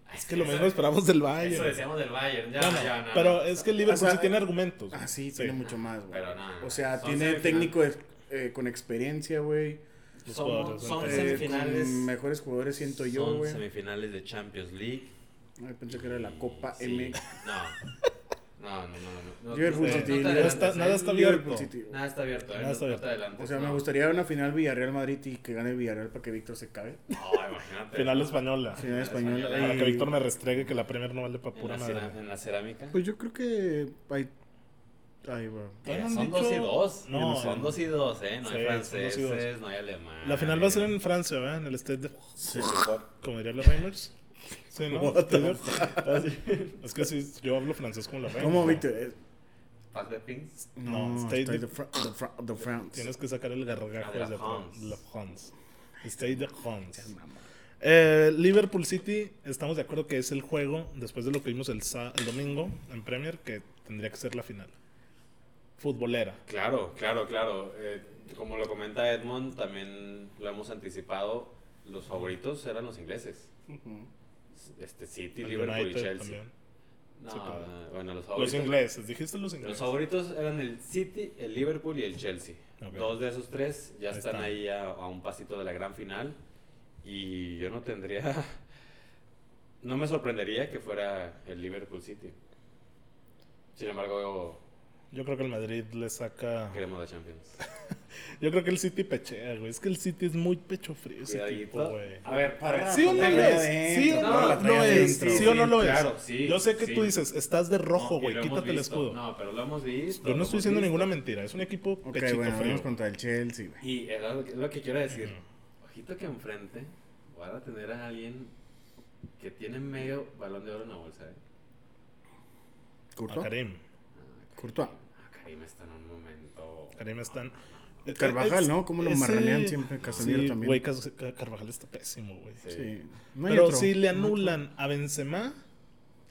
B: Ah,
A: Es que lo
B: eso-
A: mismo esperamos del
B: Eso
A: Bayern.
B: decíamos del Bayern, ya,
A: No, no,
B: ya, no,
A: pero
B: no.
A: es que el Liverpool
C: O sea,
A: sí tiene argumentos.
C: Ah, sí, tiene mucho más, güey.
B: Pero nada.
C: O sea,
B: Son
C: tiene
B: semifinales.
C: técnico eh, con experiencia, güey.
A: Los
B: Son,
A: jugadores,
B: son
A: ¿no?
C: Eh,
B: semifinales.
C: con mejores jugadores, siento yo,
B: Son
C: güey.
B: semifinales de Champions League.
C: Ay, Pensé que era la Copa
B: Sí.
C: M.
B: No. No, no, no, no. no. no,
C: Liverpool
B: no,
C: City.
B: no te
C: Liverpool-
A: nada
B: adelantes,
A: está-
B: ¿eh?
A: nada está
C: Liverpool
A: abierto.
C: City, güey.
B: Nada está abierto. eh,
A: Nada está
B: no- no
A: abierto.
B: te adelantes,
C: O sea, me
B: no.
C: gustaría una final Villarreal-Madrid y que gane el Villarreal para que Víctor se cague.
B: No, imagínate.
A: Final española.
C: Final española.
B: española.
A: Para que
C: Y-
A: Víctor me restregue que la Premier no vale para
B: En
A: pura
B: la,
A: madre.
B: cera- en la cerámica.
C: Pues yo creo que hay... Ay, güey.
B: Eh,
A: ¿Ya no han
B: son
A: dicho?
B: dos y dos.
A: No,
B: son dos y dos, ¿eh? No
A: Sí,
B: hay
A: son dos y dos.
B: franceses, no hay alemanes.
A: La final va a ser en Francia, ¿verdad? En el Stade de
C: Sí.
A: como dirían los Reimers. Sí, ¿no?
C: What the
A: es que sí, yo hablo francés como la Reimers.
C: ¿Cómo,
A: ¿no?
C: Víctor? Eh,
B: Parc de Pins.
C: No,
A: No,
C: Stade
A: Stade
C: de Fra- de Fra- de France.
A: Tienes que sacar el gargajo
B: Ah, de la
A: de
B: France.
A: la France. Stade de France.
C: Seas mamá.
A: Eh, Liverpool City, estamos de acuerdo que es el juego, después de lo que vimos el, sa- el domingo en Premier, que tendría que ser la final. Futbolera.
B: Claro, claro, claro. Eh, como lo comenta Edmond, también lo hemos anticipado. Los favoritos eran los ingleses.
C: Ujú.
B: Este City,
A: El
B: Liverpool y
A: United
B: Chelsea.
A: también.
B: No,
A: Sí, claro.
B: no, bueno, los
A: Los
B: favoritos.
A: ingleses, dijiste los
B: Los
A: ingleses.
B: favoritos eran el City, el Liverpool y el Chelsea.
A: Ok.
B: Dos de esos tres ya
A: Ahí
B: están
A: está.
B: ahí a, a un pasito de la gran final. Y yo no tendría. [laughs] No me sorprendería que fuera el Liverpool City. Sin embargo,
A: Yo creo que el Madrid le saca.
B: queremos la Champions.
A: Yo creo que el City pechea, güey. Es que el City es muy pecho frío ese equipo,
B: Cuidadito.
A: güey.
B: A ver, a ver,
A: ¿Sí o no
C: La
A: lo
C: trae
A: es?
C: Ah, adentro,
A: ¿Sí o
B: no,
A: no
B: la
A: lo
C: trae
A: es?
C: adentro.
A: ¿Sí o no
B: Sí,
A: lo es?
B: claro, sí,
A: Yo sé que
B: sí.
A: tú dices, estás de rojo,
B: no, y
A: güey,
B: lo hemos
A: quítate el
B: visto.
A: escudo.
B: No, pero lo hemos visto.
A: Yo
B: lo
A: no estoy
B: hemos
A: diciendo
B: visto.
A: ninguna mentira, es un equipo
C: Ok,
A: pechito
C: bueno,
A: frío.
C: vamos contra el Chelsea, güey.
B: Y era lo que, lo que quiero decir. Ojito que enfrente van a tener a alguien que tiene medio balón de oro en la bolsa, ¿eh?
A: A
C: Courtois.
A: Karim.
C: Courtois.
B: Ah, Karim está en un momento.
A: Karim están.
C: Carvajal, ¿no? Cómo lo
A: ese-
C: marranean siempre, Casemiro
A: sí,
C: también.
A: Güey, Cas- Ca- Carvajal está pésimo, güey.
B: Sí.
C: Sí. No hay
A: Pero
C: otro.
A: si le
C: No hay otro.
A: anulan a Benzema,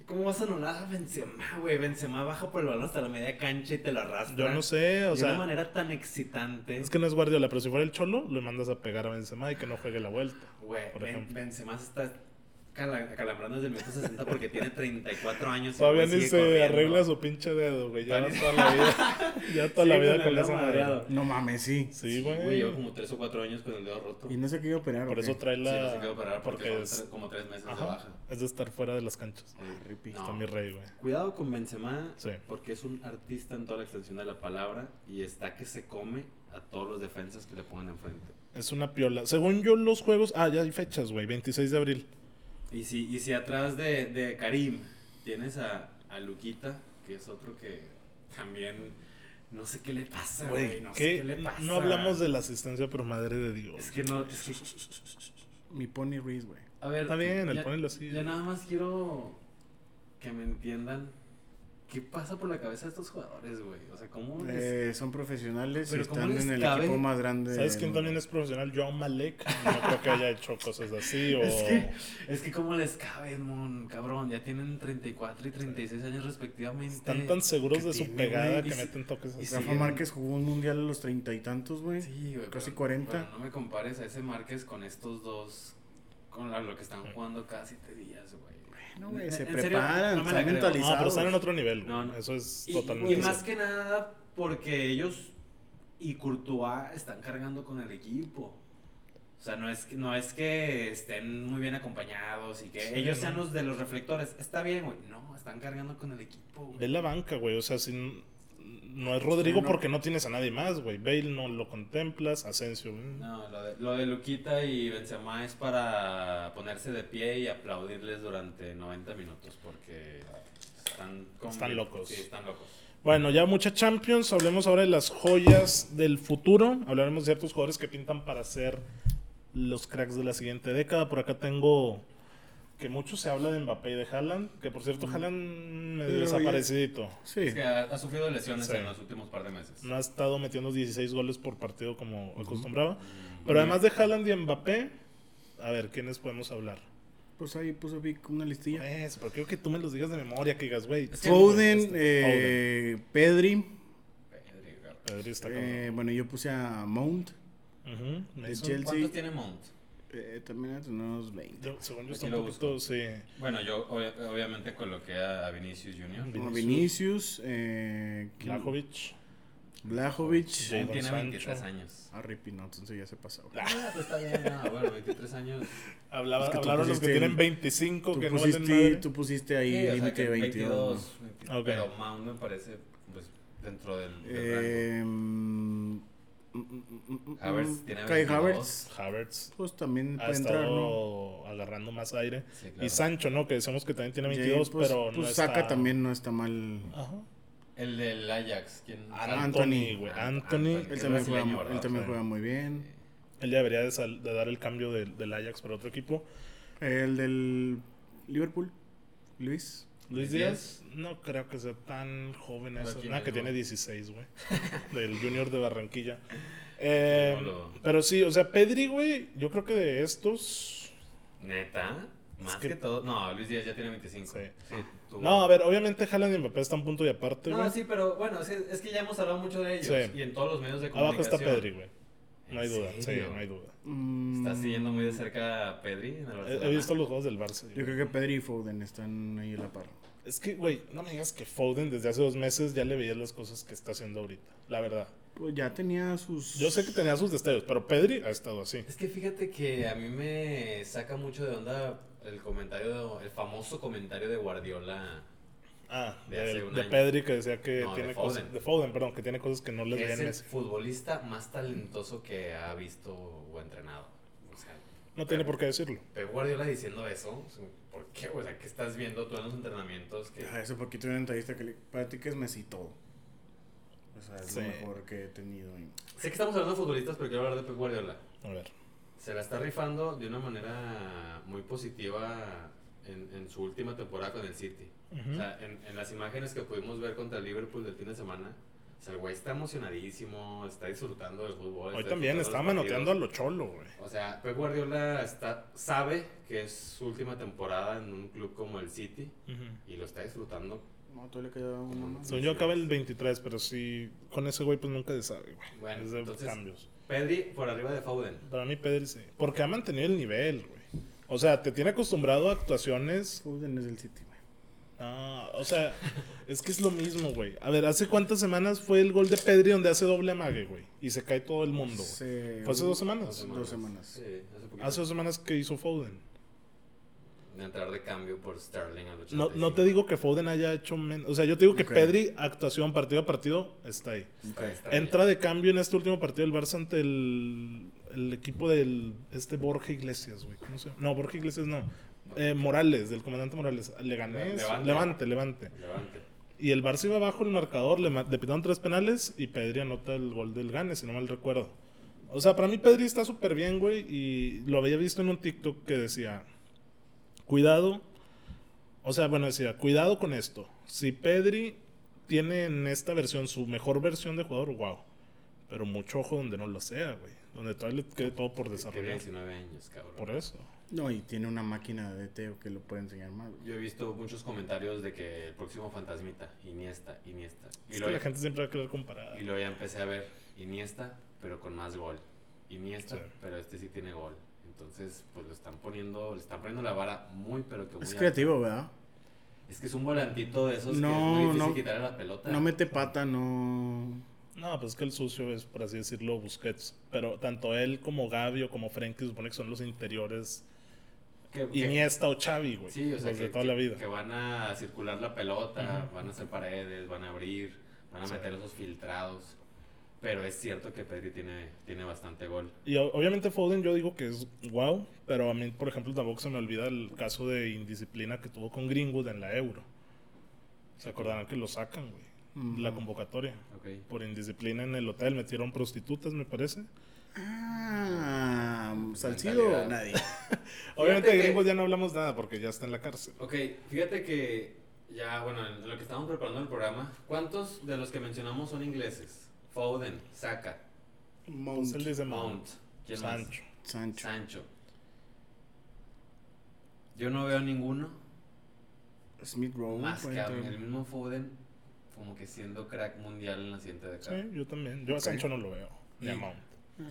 B: ¿Cómo vas a anular a Benzema, güey? Benzema baja por el balón hasta la media cancha y te lo arrastra.
A: yo no sé, o
B: de una
A: sea,
B: manera tan excitante.
A: es que no es Guardiola, pero si fuera el Cholo, le mandas a pegar a Benzema y que no juegue la vuelta.
B: Güey,
A: por
B: Ben-
A: ejemplo.
B: Benzema se está cala- acalambrando desde el minuto 60 porque tiene 34 años. y
A: Todavía
B: el güey
A: ni
B: sigue
A: se
B: corriendo.
A: arregla su pinche dedo, güey. Ya
B: Todavía-
A: toda la
B: [laughs]
A: vida, ya toda
B: Sí,
A: la
B: güey,
A: vida
B: le
A: con
B: habrá
A: esa madre.
B: madreado.
C: No mames, sí.
A: Sí,
B: Güey,
A: güey.
B: lleva como 3 o 4 años con el dedo roto.
C: Y no sé qué iba a operar.
A: Por
C: ¿o qué?
A: eso trae
B: Sí, no
A: la.
B: se quedó parar porque,
A: porque
B: son
A: es.
B: tres- como 3 meses de
A: Ajá,
B: baja.
A: es de estar fuera de las canchas.
C: Ah, ripi.
B: No.
A: Está mi rey, güey.
B: Cuidado con Benzema,
A: Sí.
B: porque es un artista en toda la extensión de la palabra y está que se come a todos los defensas que le pongan enfrente.
A: Es una piola. Según yo, los juegos. Ah, ya hay fechas, güey. 26 de abril.
B: Y si, y si atrás de, de Karim tienes a, a Luquita, que es otro que también No sé qué le pasa,
A: Güey,
B: güey. No sé
A: ¿qué?
B: qué le pasa.
A: No hablamos de la asistencia, pero madre de Dios.
B: Es que no. es que-
A: [laughs]
C: Mi Pony Ruiz, güey.
B: A ver.
A: Está bien, el
B: ya-
A: ponelo así.
B: Yo nada más quiero que me entiendan qué pasa por la cabeza de estos jugadores, güey. O sea, ¿cómo les-
C: Eh, son profesionales y
B: Pero ¿cómo
C: están
B: les
C: en el
B: cabe?
C: equipo más grande.
A: ¿Sabes
C: del
A: quién
C: mundo.
A: también es profesional? Joao Malek. No creo que haya hecho cosas así. O...
B: [laughs] Es que, es que cómo les cabe, mon, cabrón. Ya tienen 34 y 36 años respectivamente.
A: Están tan seguros
C: que
A: de su
C: tiene,
A: pegada
B: este, güey, y
A: que
B: si-
A: meten toques
B: y
A: así.
B: si-
C: Pues Rafa
B: Sí. ¿eh?
C: Márquez jugó un mundial a los treinta y tantos, güey.
B: Sí, güey,
C: Casi
B: pero-
C: 40.
B: pero no me compares a ese Márquez con estos dos, con la- lo que están jugando cada siete días, güey.
C: Bueno, güey,
B: En-
C: se
B: en serio,
C: preparan,
B: no me la
A: No,
B: creo.
C: están
A: pero
C: mentalizados.
A: están en otro nivel. güey.
B: No, no.
A: Eso es
B: Y,
A: totalmente.
B: y
A: cierto.
B: más que nada porque ellos y Courtois están cargando con el equipo. O sea, no es que, no es que estén muy bien acompañados y que
A: Sí,
B: ellos
A: no.
B: sean los de los reflectores. Está bien, güey. No, están cargando con el equipo, güey.
A: Ve la banca, güey. O sea, si n- no es Rodrigo
C: Sí, no.
A: porque no tienes a nadie más, güey. Bale no lo contemplas. Asensio. mm.
B: No, lo de, lo de Luquita y Benzema es para ponerse de pie y aplaudirles durante 90 minutos porque están... con-
A: Están locos.
B: Sí, están locos.
A: Bueno, ya mucha Champions. Hablemos ahora de las joyas del futuro. Hablaremos de ciertos jugadores que pintan para ser los cracks de la siguiente década. Por acá tengo que mucho se habla de Mbappé y de Haaland. Que por
B: Mm.
A: cierto, Haaland medio
C: Lo vi.
A: desaparecidito.
C: Sí.
B: Es que ha, ha sufrido lesiones
A: Sí.
B: en los últimos par de meses.
A: No ha estado metiendo 16 goles por partido como acostumbraba.
B: Mm,
A: Pero además de Haaland y Mbappé, a ver, ¿quiénes podemos hablar?
C: Pues ahí puso Vic una listilla.
A: Pues, pero quiero que tú me los digas de memoria, que digas, güey.
B: Es que-
C: Foden,
A: Este,
C: eh, Pedri.
B: Pedri, cabrón.
A: Pedri está
C: eh, bueno, yo puse a Mount.
A: cabrón. Ujú,
C: de
A: Mason.
C: Chelsea.
B: ¿Cuántos tiene Mount?
C: eh, también hace unos 20.
A: Yo- según yo está
B: Aquí
A: un
B: lo
A: poquito,
B: busco.
A: sí.
B: Bueno, yo obvia- obviamente coloqué a Vinicius Junior.
A: Vin-
C: Como
A: Vinicius.
C: Vinicius. Eh, ¿quién?
A: Blajovic.
C: Blajovic.
A: Jadon
B: tiene
A: Sancho.
B: 23 años.
C: Ah, Ripi, no, entonces ya se pasó. güey.
B: Ah, pues está bien, no, bueno, 23
C: [laughs]
B: años.
A: Hablaba,
C: Es que tú
A: hablaron los que
C: pusiste el-
A: tienen 25
C: Tú
A: que no valen
C: pusiste,
A: madre.
C: tú pusiste ahí
B: Sí, o sea,
C: límite
B: que
C: de 22. ¿no?
B: 22,
A: Ok.
B: Pero Mount me parece, pues, dentro del, del rango.
C: Eh, mm, mm, mm, mm,
B: Havertz
C: mm,
B: tiene
C: Kai
B: 22.
C: Havertz,
A: Havertz
C: pues también
A: ha
C: puede entrar, ¿no?
A: estado agarrando más aire.
B: Sí,
A: Y
B: claro.
A: Sancho, ¿no? Que decimos que también tiene
C: Y ahí,
A: 22,
C: pues,
A: pero
C: pues,
A: no está... Ah,
C: Saka también no está mal.
A: Ajá.
B: El del Ajax, ¿quién?
A: Ah, Anthony,
C: Anthony,
A: güey.
B: Anthony.
A: Anthony,
B: El
C: Él también, juega,
B: brasileño,
C: él
B: ¿verdad?
C: también
A: Sí.
C: juega muy bien.
A: él ya debería de, sal- de dar el cambio del- del Ajax para otro equipo.
C: El del Liverpool, Luis.
A: Luis Díaz,
B: Díaz.
A: no creo que sea tan joven
B: A ver,
A: eso.
B: ¿quién
A: Nada,
B: es,
A: que
B: güey?
A: tiene 16,
B: [laughs]
A: güey. Del Junior de Barranquilla. Eh,
B: Boludo.
A: pero sí, o sea, Pedri, güey, yo creo que de estos.
B: ¿Neta? Más
A: que-
B: que... todo. No, Luis Díaz ya tiene 25.
A: Sí.
B: tú-
A: No, a ver, obviamente Haaland y Mbappé están punto y aparte,
B: No,
A: güey.
B: sí, pero bueno, sí, es que ya hemos hablado mucho de ellos.
A: Sí.
B: Y en todos los medios de
A: Abajo
B: comunicación.
A: está Pedri, güey. No
B: ¿En
A: hay duda, sí,
B: serio?
A: no hay duda.
C: Mm,
B: ¿Estás siguiendo muy de cerca a Pedri? en el
A: He,
B: Barcelona?
A: he visto los juegos del Barça.
C: Yo
A: güey.
C: creo que Pedri y Foden están ahí a la par.
A: Es que, güey, no me digas que Foden desde hace dos meses ya le veía las cosas que está haciendo ahorita. La verdad.
C: Pues ya tenía sus.
A: Yo sé que tenía sus destellos, pero Pedri ha estado así.
B: Es que fíjate que a mí me saca mucho de onda el comentario, el famoso comentario de Guardiola.
A: Ah,
B: De
A: de,
B: hace un
A: de
B: año.
A: Pedri que decía que
B: No, de
A: tiene
B: Foden.
A: cosas. De Foden, perdón, que tiene cosas que no les
B: Que es
A: veían
B: el
A: Messi.
B: futbolista más talentoso que ha visto o entrenado. O sea,
A: No tiene por qué decirlo.
B: Pep Guardiola diciendo eso, o sea, ¿por qué? O sea, ¿qué estás viendo tú en los entrenamientos? Que...
C: Ah, Hace poquito en una entrevista que le. Para ti que es Messi todo. O sea, es
A: Sí.
C: lo mejor que he tenido. ahí.
B: Sé que estamos hablando de futbolistas, pero quiero hablar de Pep Guardiola.
A: A ver.
B: Se la está rifando de una manera muy positiva en, en su última temporada con el City.
A: Ujú.
B: O sea, en, en las imágenes que pudimos ver contra el Liverpool del fin de semana, o sea, el güey está emocionadísimo, está disfrutando del fútbol.
A: Hoy
B: está
A: también está
B: disfrutando de los
A: manoteando a lo cholo, güey.
B: partidos. O sea, Pep Guardiola está, sabe que es su última temporada en un club como el City y lo está disfrutando.
C: No, todavía queda uno más.
A: Según yo acaba el 23, pero sí, con ese güey pues nunca se sabe, güey.
B: Bueno,
A: es de
B: entonces-
A: cambios.
B: Pedri por arriba de Foden.
A: Para mí Pedri sí. Porque ha mantenido el nivel, güey. O sea, te tiene acostumbrado a actuaciones.
C: Foden es del City, güey.
A: Ah, o
B: [laughs]
A: sea, es que es lo mismo, güey. A ver, ¿hace cuántas semanas fue el gol de Pedri donde hace doble amague, güey? Y se cae todo el mundo, güey.
C: Se-
A: ¿Fue hace dos semanas?
C: Dos semanas.
B: Sí, hace poquito.
A: Hace dos semanas que hizo Foden.
B: De entrar de cambio por Sterling al
A: No,
B: 85.
A: no te digo que Foden haya hecho menos. O sea, yo te digo que
C: Ok.
A: Pedri, actuación partido a partido, está ahí.
B: Está- está bien.
A: Entra de cambio en este último partido del Barça ante el, el equipo del este Borja Iglesias, güey. ¿Cómo se llama? No, Borja Iglesias no. Eh, Morales, del comandante Morales. Le gané.
B: Levante.
A: Levante, levante.
B: Levante.
A: Y el Barça iba abajo el marcador, le, ma- le pitaron tres penales y Pedri anota el gol del Gane, si no mal recuerdo. O sea, para mí Pedri está súper bien, güey, y lo había visto en un TikTok que decía, cuidado, o sea, bueno, decía, cuidado con esto. Si Pedri tiene en esta versión su mejor versión de jugador, wow. Pero mucho ojo donde no lo sea, güey. Donde todavía le quede todo por
B: Tiene
A: desarrollar.
B: 19 años, cabrón.
A: Por eso.
C: No, y tiene una máquina de teo que lo puede enseñar más. güey.
B: Yo he visto muchos comentarios de que el próximo fantasmita, Iniesta, Iniesta.
A: Es
B: Y
A: que
B: luego,
A: la gente siempre va a querer comparar.
B: y luego ya empecé a ver Iniesta, pero con más gol. Iniesta,
A: Sí.
B: pero este sí tiene gol. Entonces, pues lo están poniendo, le están poniendo la vara muy, pero que muy
C: Es
B: alta.
C: creativo, ¿verdad?
B: Es que es un volantito de esos que es
C: No,
B: muy difícil
C: no.
B: quitarle la pelota.
C: No mete pata, no.
A: No, pues es que el sucio es, por así decirlo, Busquets. Pero tanto él como Gavi o como Frenkie supone que son los interiores.
B: Que- que-
A: Iniesta o Xavi, güey.
B: Sí, o sea,
A: los de
B: que,
A: toda la
B: que-
A: vida.
B: que van a circular la pelota, van a hacer paredes, van a abrir, van a meter esos filtrados. Pero es cierto que Pedri tiene, tiene bastante gol.
A: Y o- obviamente Foden yo digo que es wow, pero a mí, por ejemplo, tampoco se me olvida el caso de indisciplina que tuvo con Greenwood en la Euro. Se acordarán que lo sacan, güey.
C: Ujú.
A: La convocatoria.
B: Okay.
A: Por indisciplina en el hotel metieron prostitutas, me parece.
C: Ah, Salcido,
B: Mentalidad.
C: nadie.
A: Obviamente de
B: que-
A: Greenwood ya no hablamos nada porque ya está en la cárcel.
B: Ok, fíjate que ya, bueno, en lo que estábamos preparando el programa, ¿cuántos de los que mencionamos son ingleses? Foden, Saka,
A: Pues él
C: Mount,
A: dice
B: Mount, ¿quién más?
A: Sancho.
C: Sancho.
B: Sancho. Yo no veo ninguno
C: Smith Rowe. Ah,
B: más que
C: puede
B: a-
C: entrar.
B: el mismo Foden, como que siendo crack mundial en la siguiente década.
A: Sí, yo también. Yo a
C: Ok.
A: Sancho no lo veo. Ni a
B: Y-
A: Mount.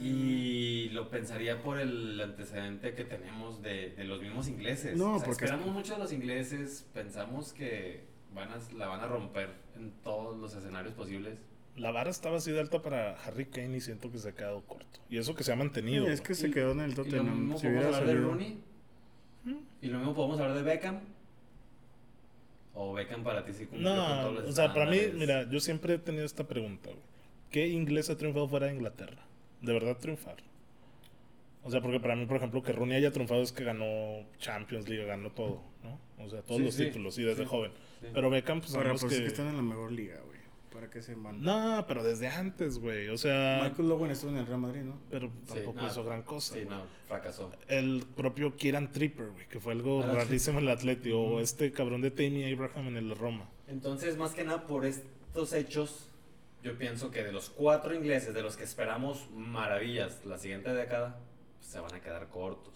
B: Y lo pensaría por el antecedente que tenemos de, de los mismos ingleses.
C: No,
B: O sea,
C: porque-
B: Esperamos mucho a los ingleses, pensamos que van a, la van a romper en todos los escenarios posibles.
A: La vara estaba así de alta para Harry Kane y siento que se ha quedado corto. Y eso que se ha mantenido.
C: Sí, es
A: güey.
C: que se quedó en el
B: Y lo
C: Tottenham.
B: mismo podemos
C: Si hubiera
B: hablar de
C: salido.
B: Rooney. Y lo mismo podemos hablar de Beckham. O Beckham para ti sí cumplió con
A: No,
B: todos los
A: o sea, para mí,
B: estándares.
A: mira, yo siempre he tenido esta pregunta, güey. ¿Qué inglés ha triunfado fuera de Inglaterra? ¿De verdad triunfar? O sea, porque para mí, por ejemplo, que Rooney haya triunfado es que ganó Champions League, ganó todo, ¿no? O sea, todos
B: Sí,
A: los
B: sí,
A: títulos, y desde
B: sí.
A: joven.
B: Sí.
A: Pero Beckham, pues,
C: Ahora,
A: sabemos
C: pues es que
A: que...
C: están en la mejor liga, güey. ¿Para qué se mandan?
A: No, pero desde antes, güey. O sea,
C: Michael Lowen estuvo en el Real Madrid, ¿no?
A: pero
B: Sí,
A: tampoco
B: no.
A: hizo gran cosa.
B: Sí,
A: güey.
B: no, fracasó.
A: El propio Kieran Tripper, güey, que fue algo
B: Ah, sí.
A: rarísimo en el Atlético. O este cabrón de Tammy Abraham en el Roma.
B: Entonces, más que nada por estos hechos, yo pienso que de los cuatro ingleses de los que esperamos maravillas la siguiente década, pues, se van a quedar cortos.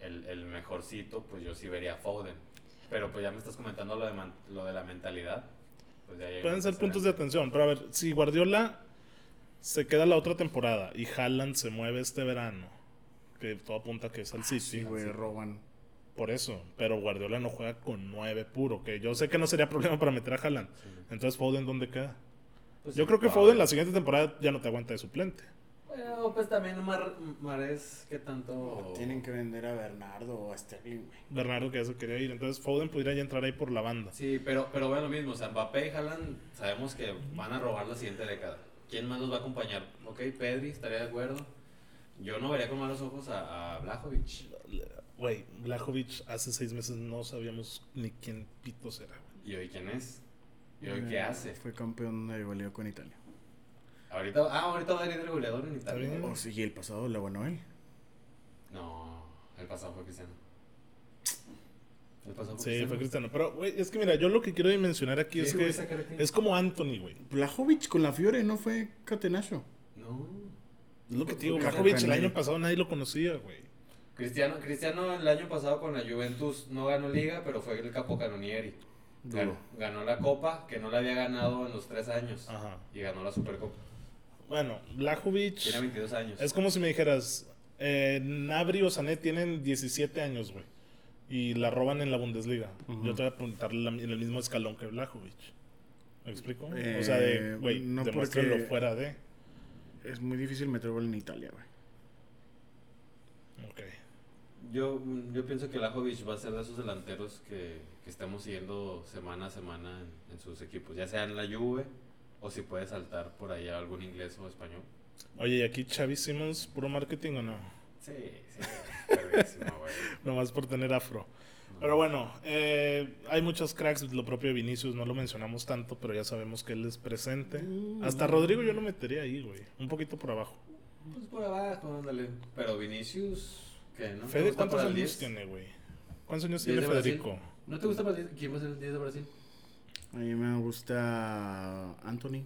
B: El, el mejorcito, pues yo sí vería a Foden. Pero pues ya me estás comentando lo de, man- lo de la mentalidad. Pues, ya llega
A: Pueden
B: un
A: ser puntos de
B: precedente.
A: atención, pero a ver, si Guardiola se queda la otra temporada y Haaland se mueve este verano, que todo apunta que
B: Ah,
A: es al City,
C: Ah, Sí, güey, roban.
A: por eso, pero Guardiola no juega con 9 puro, que yo sé que no sería [laughs] problema para meter a Haaland. Entonces, Foden, ¿dónde queda?
B: Pues,
A: Yo
B: sí,
A: creo que
B: Foden.
A: Foden la siguiente temporada ya no te aguanta de suplente.
B: Pero pues también Mar- Mares, ¿qué tanto?
C: Tienen que vender a Bernardo o a Sterling, güey.
A: Bernardo que ya se quería ir, entonces Foden pudiera ya entrar ahí por la banda.
B: Sí, pero, pero bueno, lo mismo. O sea, Mbappé y Haaland sabemos que van a robar la siguiente década. ¿Quién más los va a acompañar? Ok, Pedri, estaría de acuerdo. Yo no vería con malos ojos a, a Blajovic.
A: Güey, Blajovic hace 6 meses no sabíamos ni quién pito será.
B: ¿Y hoy quién es? ¿Y hoy
C: Eh,
A: Mm.
B: qué hace?
C: Fue campeón de goleo con Italia.
B: Ahorita, ah, ahorita va a ir el goleador en Italia.
A: bien.
C: Oh, sí, y el pasado lo ganó él.
B: No, el pasado fue Cristiano. El pasado fue
A: Sí, fue Cristiano.
B: Cristiano.
A: Pero, güey, es que mira, yo lo que quiero mencionar aquí es
B: Sí,
A: que
B: güey, sacar a ti.
A: es como Anthony, güey.
C: Blajovic con la Fiore, ¿no fue Catenacho?
B: No.
A: Es lo que te digo,
C: Claro,
A: Blajovic el
C: Canelo.
A: año pasado nadie lo conocía, güey.
B: Cristiano, Cristiano el año pasado con la Juventus no ganó liga, pero fue el capocanonieri. Ganó,
C: Duro.
B: ganó la Copa, que no la había ganado en los tres años.
A: Ajá.
B: Y ganó la Supercopa.
A: Bueno,
B: Tiene
A: Blajovic
B: 22 años.
A: es como si me dijeras, eh, Nabri o Sané tienen 17 años, güey. Y la roban en la Bundesliga.
C: Ujú.
A: Yo te voy a preguntar la- en el mismo escalón que Blajovic. ¿Me explico?
C: Eh,
A: o sea, de, güey,
C: no
A: demuéstralo
C: porque-
A: fuera de.
C: Es muy difícil meter gol en Italia, güey.
A: Ok.
B: Yo, yo pienso que Lajovic va a ser de esos delanteros que, que estamos siguiendo semana a semana en, en sus equipos, ya sea en la Juve o si puede saltar por ahí a algún inglés o español.
A: Oye, ¿y aquí Xavi Simmons, puro marketing o no?
B: Sí, sí, [laughs] perrísimo, güey.
A: Nomás por tener afro. [laughs] Pero bueno, eh, hay muchos cracks, lo propio Vinicius, no lo mencionamos tanto, pero ya sabemos que él es presente. Hasta Rodrigo yo lo metería ahí, güey, un poquito por abajo.
B: Pues por abajo, ándale. Pero Vinicius, que no. ¿Te
A: Fede,
B: gusta
A: ¿cuántos
B: para el
A: años
B: 10?
A: tiene, güey? ¿Cuántos años
B: 10
A: tiene
B: de Brasil.
A: Federico?
B: ¿No te gusta para el 10? ¿Quién va a ser el 10 de Brasil?
C: A mí me gusta Anthony.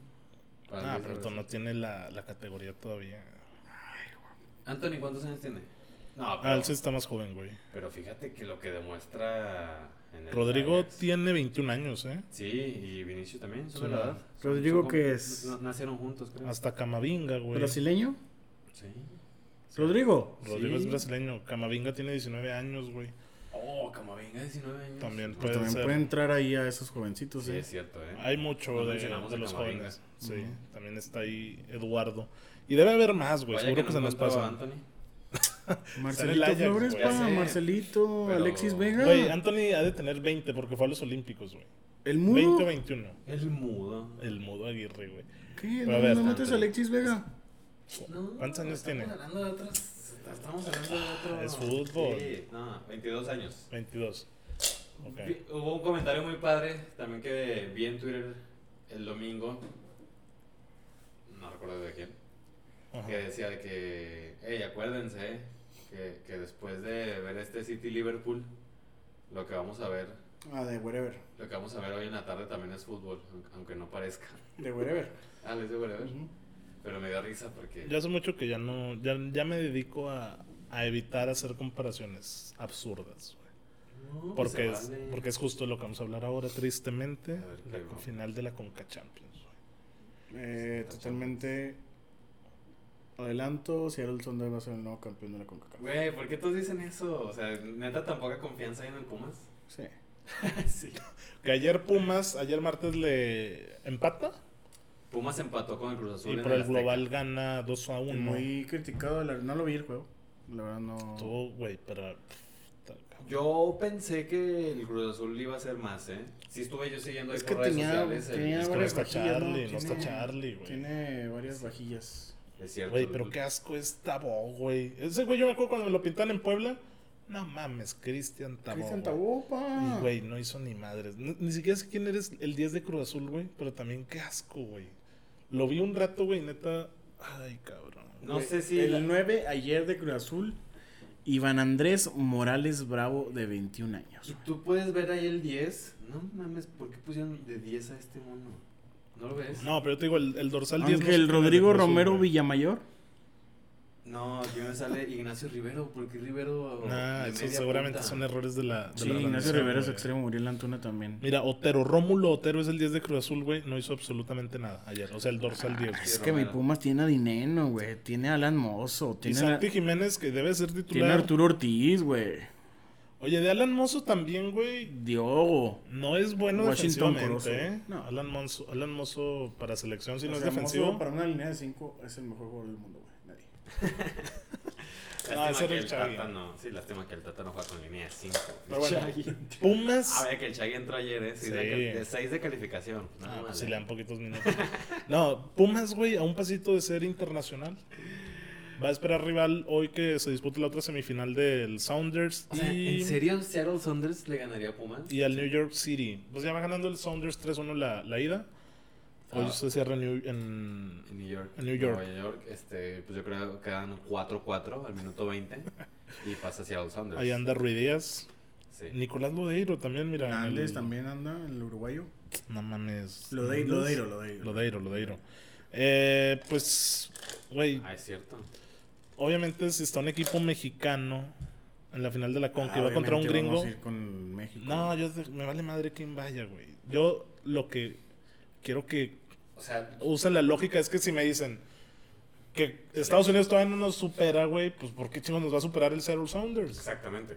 B: Para el
A: Ah,
B: 10 de
A: pero
B: Brasil.
A: no tiene la, la categoría todavía.
B: Anthony, ¿cuántos años tiene? No,
A: Ah,
B: pero,
A: él sí está más joven, güey.
B: pero fíjate que lo que demuestra en el
A: Rodrigo
B: Ajax-
A: tiene 21 años, ¿eh?
B: Sí, y Vinicius también,
A: Sí.
B: sobre la edad. Son-
C: Rodrigo,
B: son
C: que
B: como-
C: es-
B: n- Nacieron juntos, creo.
A: Hasta Camavinga, güey.
C: ¿Brasileño?
B: Sí.
C: Rodrigo.
A: Rodrigo
C: Sí.
A: es brasileño. Camavinga tiene 19 años, güey.
B: Oh, Camavinga, 19 años.
A: También
B: No,
A: puede
C: Pues También
A: ser.
C: puede entrar ahí a esos jovencitos.
B: Sí,
C: ¿eh?
B: es cierto, ¿eh?
A: Hay mucho
B: No
A: de,
B: mencionamos
A: de
B: a
A: los
B: Camavinga.
A: jóvenes. Sí,
C: Ujú.
A: también está ahí Eduardo. Y debe haber más, güey.
B: Vaya
A: pues, Seguro que, se nos
B: encontraba
A: pasa.
B: Anthony.
A: Sale el
C: Marcelito
A: Ajax,
C: Flores,
A: güey.
C: pa,
B: Ya sé.
C: Marcelito,
B: Pero-
C: Alexis Vega.
A: Güey, Anthony ha de tener 20 porque fue a los Olímpicos, güey.
C: el
A: 20
C: mudo.
A: o 21.
B: El mudo.
A: El mudo Aguirre, güey.
C: ¿Qué?
A: Pero a
C: ¿No,
A: ver,
C: no metes a
B: Anthony.
C: Alexis Vega?
B: No,
A: ¿Cuántos años
B: estamos
A: tiene?
B: hablando de otras- Estamos hablando de otro.
A: es fútbol.
B: Sí, no, 22 años.
A: 22. Ok.
B: Vi- Hubo un comentario muy padre también que vi en Twitter el domingo. No recuerdo de quién.
A: Ajá.
B: que decía de que, hey, acuérdense eh, que, que después de ver este City Liverpool, lo que vamos a ver,
C: Ah, de wherever.
B: lo que vamos a ver hoy en la tarde también es fútbol, aunque- aunque no parezca. [laughs]
C: De wherever.
B: Ah, les digo, whatever.
C: Ujú.
B: Pero me dio risa porque
A: Ya hace mucho que ya no. Ya, ya me dedico a, a evitar hacer comparaciones absurdas, güey.
B: No, pues
A: Porque,
B: se
A: es,
B: vale.
A: porque es justo lo que vamos a hablar ahora, tristemente.
B: A ver,
A: La
B: ¿qué no?
A: final de la Conca Champions, güey.
C: Eh, totalmente. Adelanto, Seattle Sounders va a ser el nuevo campeón de la CONCACAF.
B: Güey, ¿por qué todos dicen eso? O sea, neta, tan poca confianza hay en el
A: [laughs]
B: Pumas.
C: Sí.
B: sí.
A: Que ayer Pumas, ayer martes le empata
B: Pumas empató con el Cruz Azul.
A: y
B: en
A: por el
B: Azteca.
A: global gana 2 a 1.
C: Muy criticado, la- no lo vi el juego. La verdad no.
A: Estuvo, güey, pero. puta,
B: Yo pensé que el Cruz Azul iba a ser más, ¿eh? Sí estuve yo siguiendo ahí
C: Es que
B: por redes
C: tenía,
B: sociales. el-
C: tenía
A: es que no
C: varias
A: está
C: vajillas,
A: Charlie, no está Charlie, güey.
C: Tiene varias vajillas.
B: Es cierto.
A: Güey, pero qué asco es Tabó, güey. Ese güey, yo me acuerdo cuando me lo pintan en Puebla. No mames, Cristian Tabó.
C: Cristian
A: güey.
C: Tabopa.
A: Y, Güey, no hizo ni madres. Ni, ni siquiera sé quién eres el 10 de Cruz Azul, güey. Pero también qué asco, güey. Lo vi un rato, güey, neta. Ay, cabrón.
B: No
C: Güey,
B: sé si.
C: El
B: la-
C: 9 ayer de Cruz Azul. Iván Andrés Morales Bravo, de 21 años.
B: Y tú puedes ver ahí el 10. No mames, ¿por qué pusieron de 10 a este mono? ¿No lo ves?
A: No, pero yo te digo, el, el dorsal 10. no sé
C: Ángel
A: quién es de
C: Rodrigo
A: Cruz Azul,
C: Romero
A: güey.
C: Villamayor.
B: No, aquí me sale Ignacio Rivero, porque Rivero.
A: Nah,
B: de
A: eso
B: media
A: seguramente
B: punta.
A: son errores de la. de
C: Sí,
A: la
C: Ignacio
A: transmisión,
C: Rivera es
A: güey.
C: extremo, Muriel Antuna también.
A: Mira, Otero, Rómulo Otero es el 10 de Cruz Azul, güey. No hizo absolutamente nada ayer. O sea, el dorsal 10. güey.
C: Es que mi
B: Romero.
C: Pumas tiene a Dineno, güey. Tiene a Alan Mozo.
A: Y
C: Tiene, a,
A: Santi Jiménez, que debe ser
C: tiene a
A: titular.
C: Arturo Ortiz, güey.
A: Oye, de Alan Mozo también, güey.
C: Diogo.
A: No es bueno
C: Washington
A: defensivamente,
C: Corozo.
A: ¿eh?
C: No.
A: Alan, Mozo, Alan Mozo para selección, Pues si no
C: O
A: es
C: sea,
A: defensivo.
C: Mozo, para una línea de 5 es el mejor jugador del mundo, güey. Nadie.
B: Lástima
A: No, ese era
B: que
A: el
B: el
A: Chagui.
B: Tata no. Sí, lástima que el Tata no juega con línea de 5.
A: Pero
B: [laughs]
A: bueno, Pumas.
B: A ver, que el Chagui entró ayer, ¿eh? Sí,
A: Sí.
B: De, 6 de calificación. No,
A: Ah,
B: vale.
A: pues sí, le dan poquitos minutos. [laughs] No, Pumas, güey, a un pasito de ser internacional. Va a esperar rival hoy que se dispute la otra semifinal del Sounders
B: O sea,
A: y,
B: ¿en serio Seattle Saunders le ganaría a Pumas?
A: y al New York City. Pues ya va ganando el Sounders 3-1 la, la ida. Hoy
B: Ah.
A: se cierra en New- en,
B: En New York.
A: En New York.
B: Nueva York, este, pues yo creo que quedan 4-4 al minuto 20 y pasa Seattle Saunders.
A: Ahí anda Rui Díaz.
B: Pues, Sí.
A: Nicolás Lodeiro también, mira. en
C: Hernández
A: el-
C: también anda, el uruguayo.
A: No mames.
C: Lodei-
A: ¿Hernández?
C: Lodeiro, Lodeiro.
A: Lodeiro, Lodeiro. Eh, pues, güey,
B: Ah, es cierto.
A: obviamente si está un equipo mexicano en la final de la Conca y va contra un
C: Ah, Obviamente
A: gringo.
C: vamos a ir con México.
A: No, yo de- me vale madre quien vaya, güey. Yo lo que quiero que
B: O sea,
A: usen la lógica es que si me dicen que Estados Unidos todavía no nos supera, güey, pues ¿por qué chingos nos va a superar el Seattle Sounders?
B: exactamente.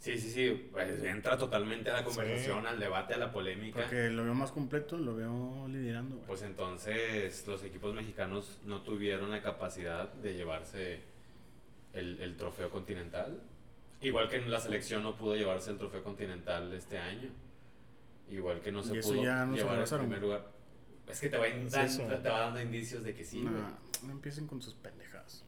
B: Sí, sí, sí. pues, entra totalmente a la conversación, al debate, a la polémica.
C: Porque lo veo más completo, lo veo liderando, güey.
B: Pues entonces los equipos mexicanos no tuvieron la capacidad de llevarse el, el trofeo continental. Igual que la selección no pudo llevarse el trofeo continental este año. Igual que no se
C: Y eso
B: pudo
C: ya nos
B: llevar el
C: abrazaron.
B: primer lugar. Es que te va, in-
A: Es
B: dan-
A: eso.
B: te va dando indicios de que sí.
C: Nah,
B: güey.
C: no empiecen con sus pendejadas.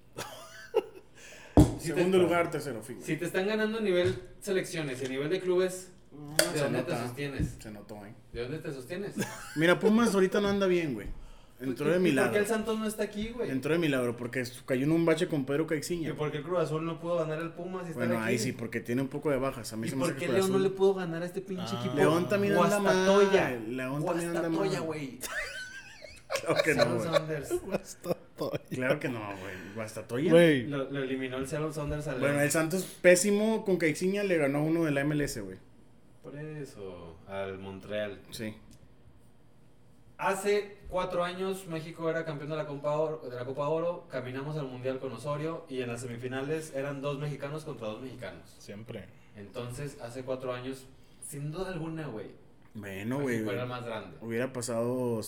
B: si te-
C: Segundo lugar, tercero, fin.
B: Si te están ganando a nivel selecciones y a nivel de clubes, ¿de
C: se
B: dónde te
C: nota.
B: sostienes?
C: Se notó, eh.
B: ¿De dónde te [laughs] sostienes?
C: Mira, Pumas ahorita no anda bien, güey. Entró
B: Pues, ¿Y ¿Por
C: de
B: qué el
C: milagro.
B: Santos no está aquí, güey?
C: Entró de milagro porque cayó en un bache con Pedro
B: ¿Y
C: Caixinha.
B: por qué el Cruz Azul no pudo ganar al Pumas? Y están
C: Bueno,
B: aquí?
C: ahí sí, porque tiene un poco de bajas. A mí
B: ¿Y
C: se me hace
B: por
C: que
B: qué
C: Cruz
B: León no
C: Azul-
B: le pudo ganar a este pinche
A: Ah.
B: equipo?
C: León también anda mal.
B: Guastatoya.
C: León también anda mal.
B: Guastatoya, güey.
C: Claro [laughs] que no,
B: Seattle
C: güey.
B: Sounders.
C: Claro que no, güey. Guastatoya.
A: Güey,
B: Lo, lo eliminó el Seattle Sounders al
C: Bueno, el Santos pésimo con Caixinha le ganó uno de la MLS, güey.
B: Por eso, al Montreal.
C: Sí.
B: Hace cuatro años México era campeón de la, Copa Oro, de la Copa Oro, caminamos al Mundial con Osorio y en las semifinales eran dos mexicanos contra dos mexicanos.
A: siempre.
B: Entonces, hace cuatro años, sin duda alguna, güey,
C: Bueno, güey.
B: México era el más grande.
C: Hubiera pasado,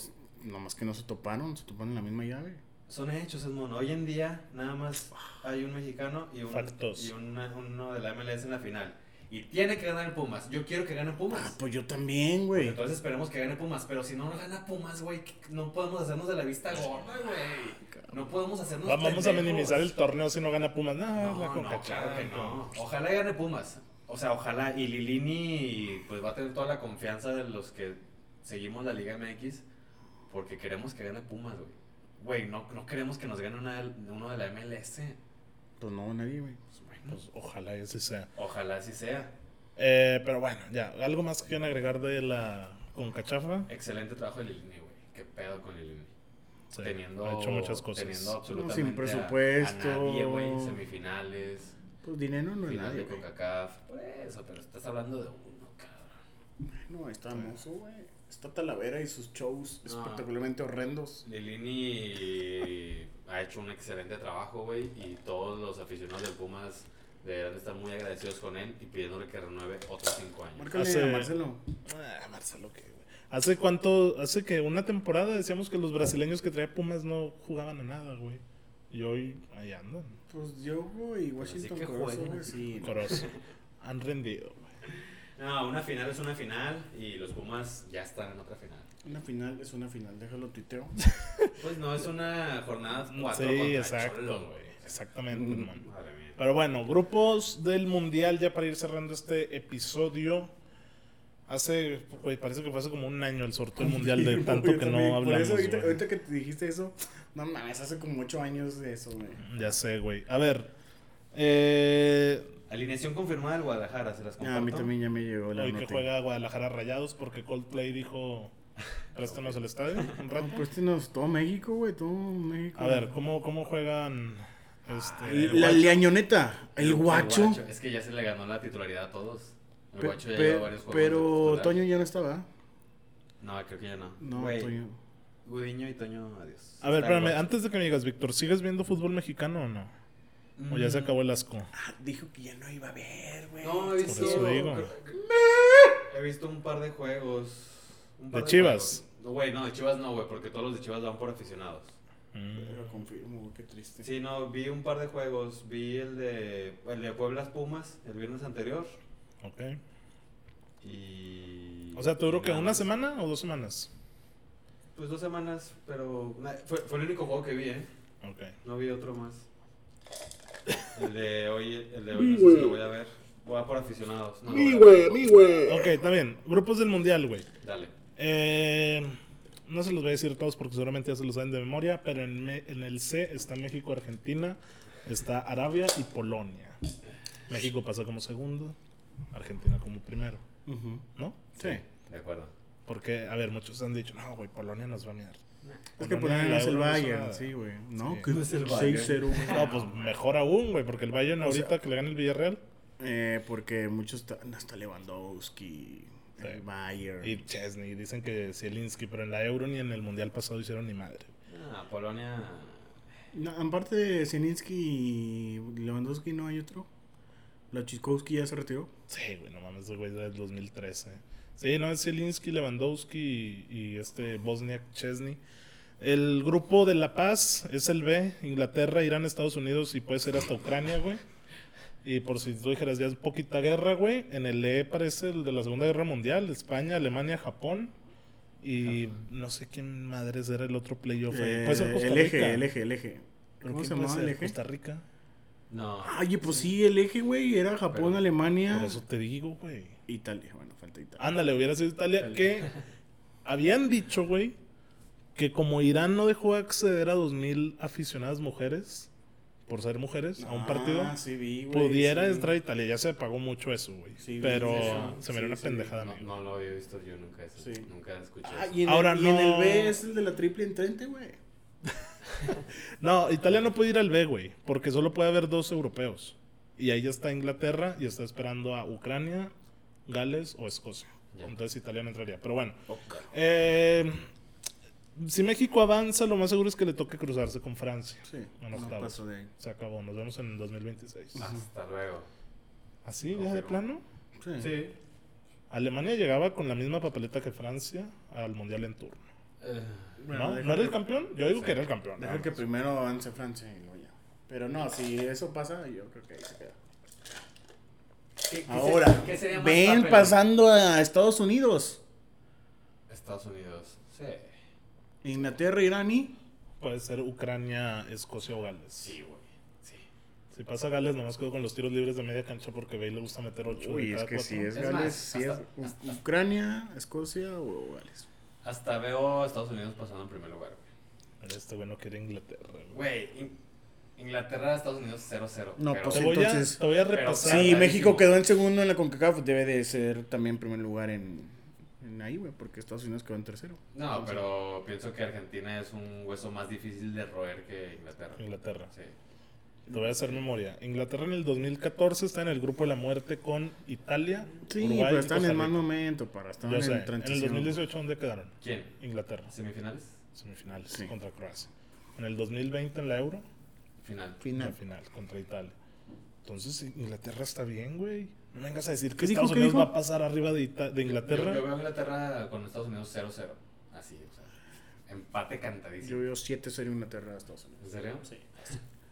C: nomás que no se toparon, se toparon en la misma llave.
B: Son hechos, es mono. Hoy en día nada más hay un mexicano y, un,
A: Factos.
B: y una- uno de la MLS en la final. Y tiene que ganar el Pumas. Yo quiero que gane
C: Ah,
B: Pumas.
C: pues yo también, güey.
B: Entonces esperemos que gane Pumas. Pero si no gana Pumas, güey, no podemos hacernos de la
C: Ah,
B: vista gorda, güey. No podemos hacernos
A: Va- Vamos a
B: pendejos.
A: minimizar el torneo si no gana Pumas. No, la
B: No, no, claro
A: concachada,
B: que no. Ojalá gane Pumas. O sea, ojalá. Y Lilini pues va a tener toda la confianza de los que seguimos la Liga MX porque queremos que gane Pumas, güey. Güey, no, no queremos que nos gane una del- uno de la MLS.
C: Pues no, nadie, güey.
B: Pues bueno,
A: Pues ojalá y así sea.
B: ojalá así sea.
A: Eh, pero bueno, ya. ¿Algo más que quieran agregar de la Concachafa?
B: Excelente trabajo de Lilini, güey. Qué pedo con Lilini.
A: Sí,
B: teniendo,
A: ha hecho muchas cosas.
B: teniendo absolutamente
C: sin
B: a-
C: presupuesto.
B: A, nadie, güey. Semifinales,
C: Pues dinero no es
B: final
C: nadie,
B: de
C: güey.
B: CONCACAF. Por eso, pero estás hablando de uno, cabrón.
C: No, está hermoso, güey. Está Talavera y sus shows
B: No.
C: espectacularmente horrendos.
B: Lilini eh, ha hecho un excelente trabajo, güey, y todos los aficionados del Pumas deberán estar muy agradecidos con él y pidiéndole que renueve otros cinco años.
C: Márcale
A: Hace-
C: a Marcelo.
A: Ah, Marcelo, ¿qué, güey? ¿Hace cuánto? Hace que una temporada decíamos que los brasileños que traía Pumas no jugaban a nada, güey. Y hoy ahí andan.
C: Pues Diogo y Washington
B: que
C: Corozo,
B: jueguen.
C: güey. Sí, no.
A: Corozo. [laughs] Han rendido, güey.
B: No, una final es una final y los Pumas ya están en otra final.
C: Una final es una final, déjalo tuiteo.
B: Pues no, es una jornada cuatro
A: Sí,
B: contra
A: exacto.
B: Cholos,
A: güey.
B: güey.
A: Exactamente,
C: Mm.
A: hermano.
B: Madre mía.
A: Pero bueno, grupos del mundial, ya para ir cerrando este episodio. Hace, güey, parece que fue hace como un año el sorteo del mundial de
C: [laughs] Yo
A: tanto que
C: también,
A: no
C: Por
A: hablamos.
C: eso, ahorita,
A: güey.
C: ahorita que te dijiste eso, no mames, hace como ocho años de eso, güey.
A: Ya sé, güey. A ver, eh,
B: Alineación confirmada del Guadalajara, se las comparto.
C: Ah, a mí también ya me llegó la
A: hoy que
C: nota.
A: juega Guadalajara Rayados porque Coldplay
C: [laughs]
A: dijo, préstanos el estadio un rato.
C: este No, préstenos todo México, güey, todo México. Eh,
A: A ver, ¿cómo, cómo juegan este, el
C: La
A: Guacho?
C: leañoneta, el guacho.
B: Es que ya se le ganó la titularidad a todos. El
C: Pe-
B: guacho ya
C: pe-
B: lleva varios juegos. de
C: pero
B: titular.
C: Toño ya no estaba.
B: No, creo que ya no.
C: No,
B: Güey,
C: Toño.
B: Gudiño y Toño, adiós.
A: A ver,
B: Está el
A: espérame,
B: Guacho.
A: antes de que me digas, Víctor, ¿sigues viendo fútbol mexicano o no? O ya se acabó el asco.
C: Ah, dijo que ya no iba a ver, güey.
B: No, he visto.
A: eso digo.
B: He visto un par de juegos. un par
A: ¿De Chivas?
B: juegos. No, Güey, no, de Chivas no, güey, porque todos los de Chivas van por aficionados.
A: Mm.
C: Lo confirmo, güey, qué triste.
B: Sí, no, vi un par de juegos. Vi el de, el de Pueblas Pumas el viernes anterior.
A: Ok.
B: Y.
A: O sea, ¿te duró
B: y
A: que
B: nada
A: una
B: más.
A: semana o dos semanas?
B: Pues dos semanas, pero. na- Fue, fue el único juego que vi, ¿eh?
A: Ok.
B: No vi otro más. El de hoy, el de hoy no sé si lo voy a ver. Voy a por aficionados. No, lo voy a ver.
A: Ok, está bien. Grupos del mundial, güey.
B: Dale.
A: Eh, no se los voy a decir todos porque seguramente ya se los saben de memoria, pero en, me- en el C está México, Argentina, está Arabia y Polonia. México pasa como segundo, Argentina como primero,
C: Ujú.
A: ¿no?
C: Sí.
B: De acuerdo.
A: Porque, a ver, muchos han dicho, no, güey, Polonia nos va a mirar.
C: Es que
A: Polonia
C: por ahí
A: en la
C: es el
A: Euro no hizo
C: Bayern,
A: nada.
C: sí, güey. No,
A: Sí.
C: que
B: No es el Bayern.
C: 6-0, güey.
A: No, pues mejor aún, güey, porque el Bayern
C: O sea-
A: ahorita que le gana el Villarreal
C: Eh, porque muchos están hasta Lewandowski,
A: Sí.
C: el Bayern.
A: y Chesney, dicen que Zielinski, pero en la Euro ni en el Mundial pasado hicieron ni madre.
B: Ah, Polonia.
C: No, aparte de Zielinski y Lewandowski, no hay otro. Lachiskowski ya se retiró.
A: Sí, güey, no mames, ese güey del 2013. Sí, no, es Zielinski, Lewandowski y, y este Bosniak Chesney. El grupo de La Paz es el B, Inglaterra, Irán, Estados Unidos y puede ser hasta Ucrania, güey. Y por si tú dijeras ya es poquita guerra, güey, en el E parece el de la Segunda Guerra Mundial, España, Alemania, Japón y no sé quién madres era el otro playoff. ahí.
C: Eh,
A: Puede ser Costa
C: el eje,
A: Rica.
C: el eje, el eje.
A: ¿Pero
C: ¿Cómo
A: quién
C: se
A: puede
C: llamaba
A: ser?
C: el eje?
A: Costa Rica.
B: No.
C: Ay, pues sí, el eje, güey, era Japón,
B: Pero-
C: Alemania,
A: Por eso Ah, te digo, güey.
C: Italia. Bueno, falta Italia.
A: Ándale, hubiera sido Italia. Que habían dicho, güey, que como Irán no dejó acceder a 2.000 aficionadas mujeres, por ser mujeres, a un partido,
C: Ah, sí, vi, güey,
A: pudiera
C: sí.
A: entrar a Italia. Ya se pagó mucho eso, güey.
C: Sí,
A: Pero
C: sí, sí.
A: se me dio
C: Sí,
A: una
C: sí,
A: pendejada,
B: No,
A: amigo.
B: no lo había visto yo nunca eso.
C: Sí.
B: Nunca escuché
C: Ah,
B: eso.
C: y en,
A: Ahora
C: el, y en el
A: no.
C: B es el de la triple entrante, güey.
A: No, Italia no puede ir al B, güey, porque solo puede haber dos europeos. Y ahí ya está Inglaterra y está esperando a Ucrania, Gales o Escocia.
B: Ya.
A: Entonces Italia no entraría. Pero bueno, Eh, si México avanza, lo más seguro es que le toque cruzarse con Francia.
C: Sí,
A: En
C: no
A: octavos.
C: paso de ahí.
A: Se acabó, nos vemos en 2026.
C: Ah,
B: Hasta luego.
A: ¿Así? ¿Ya de
B: Confirmo.
A: plano?
C: Sí.
B: Sí.
A: Alemania llegaba con la misma papeleta que Francia al Mundial en turno.
C: Bueno,
B: Eh,
A: ¿No?
C: deja
A: ¿No era
C: que-
A: el campeón? Yo digo que era el campeón.
C: Deja
A: nada
C: que
A: más.
C: primero avance Francia y luego ya. Pero no, si eso pasa, yo creo que ahí se queda. Ahora, ven pasando a Estados Unidos,
B: Estados Unidos. Sí.
C: Inglaterra, Irán y...
A: Puede ser Ucrania, Escocia o Gales.
B: Sí, güey. Sí.
A: Si pasa Gales, nomás quedo con los tiros libres de media cancha porque Bale le gusta meter 8
C: Uy, es que si
B: Es
C: es Gales,
B: más,
C: si es
B: hasta-
C: U- Ucrania, Escocia o Gales.
B: Hasta veo a Estados Unidos pasando en primer lugar, güey.
A: Este güey no quiere Inglaterra. güey.
B: Güey, In- Inglaterra, Estados Unidos 0-0.
C: No,
B: pero-
C: pues
A: Te, voy
C: entonces-
A: a, te voy a
B: Pero-
A: repasar.
B: Sí,
C: Si
B: rarísimo.
C: México quedó en segundo en la CONCACAF, debe de ser también primer lugar en, en ahí, güey, porque Estados Unidos quedó en tercero.
B: No, pero pienso que Argentina es un hueso más difícil de roer que Inglaterra.
A: Inglaterra.
B: Sí.
A: Te voy a hacer memoria. Inglaterra en el 2014 está en el grupo de la muerte con Italia.
C: Sí,
A: Uruguay
C: pero
A: y
C: están
A: Costa
C: en mal
A: Rica.
C: momento para estar
A: Yo sé.
C: en
A: En el
C: transición.
A: 2018, ¿dónde quedaron?
B: ¿Quién?
A: Inglaterra,
B: ¿Semifinales?
A: semifinales
C: Sí.
A: contra Croacia. En el 2020 en la Euro,
B: Final.
A: la
C: Final.
A: final contra Italia. Entonces, Inglaterra está bien, güey. No me vengas a decir que
C: ¿Qué dijo?
A: Estados
C: ¿Qué
A: Unidos
C: dijo?
A: va a pasar arriba de, Ita- de Inglaterra.
B: Yo, yo veo a Inglaterra con Estados Unidos 0-0. Así, o sea. Empate
C: Yo
B: cantadísimo.
C: veo 7-0 Inglaterra a Estados Unidos.
B: ¿En serio?
C: Sí.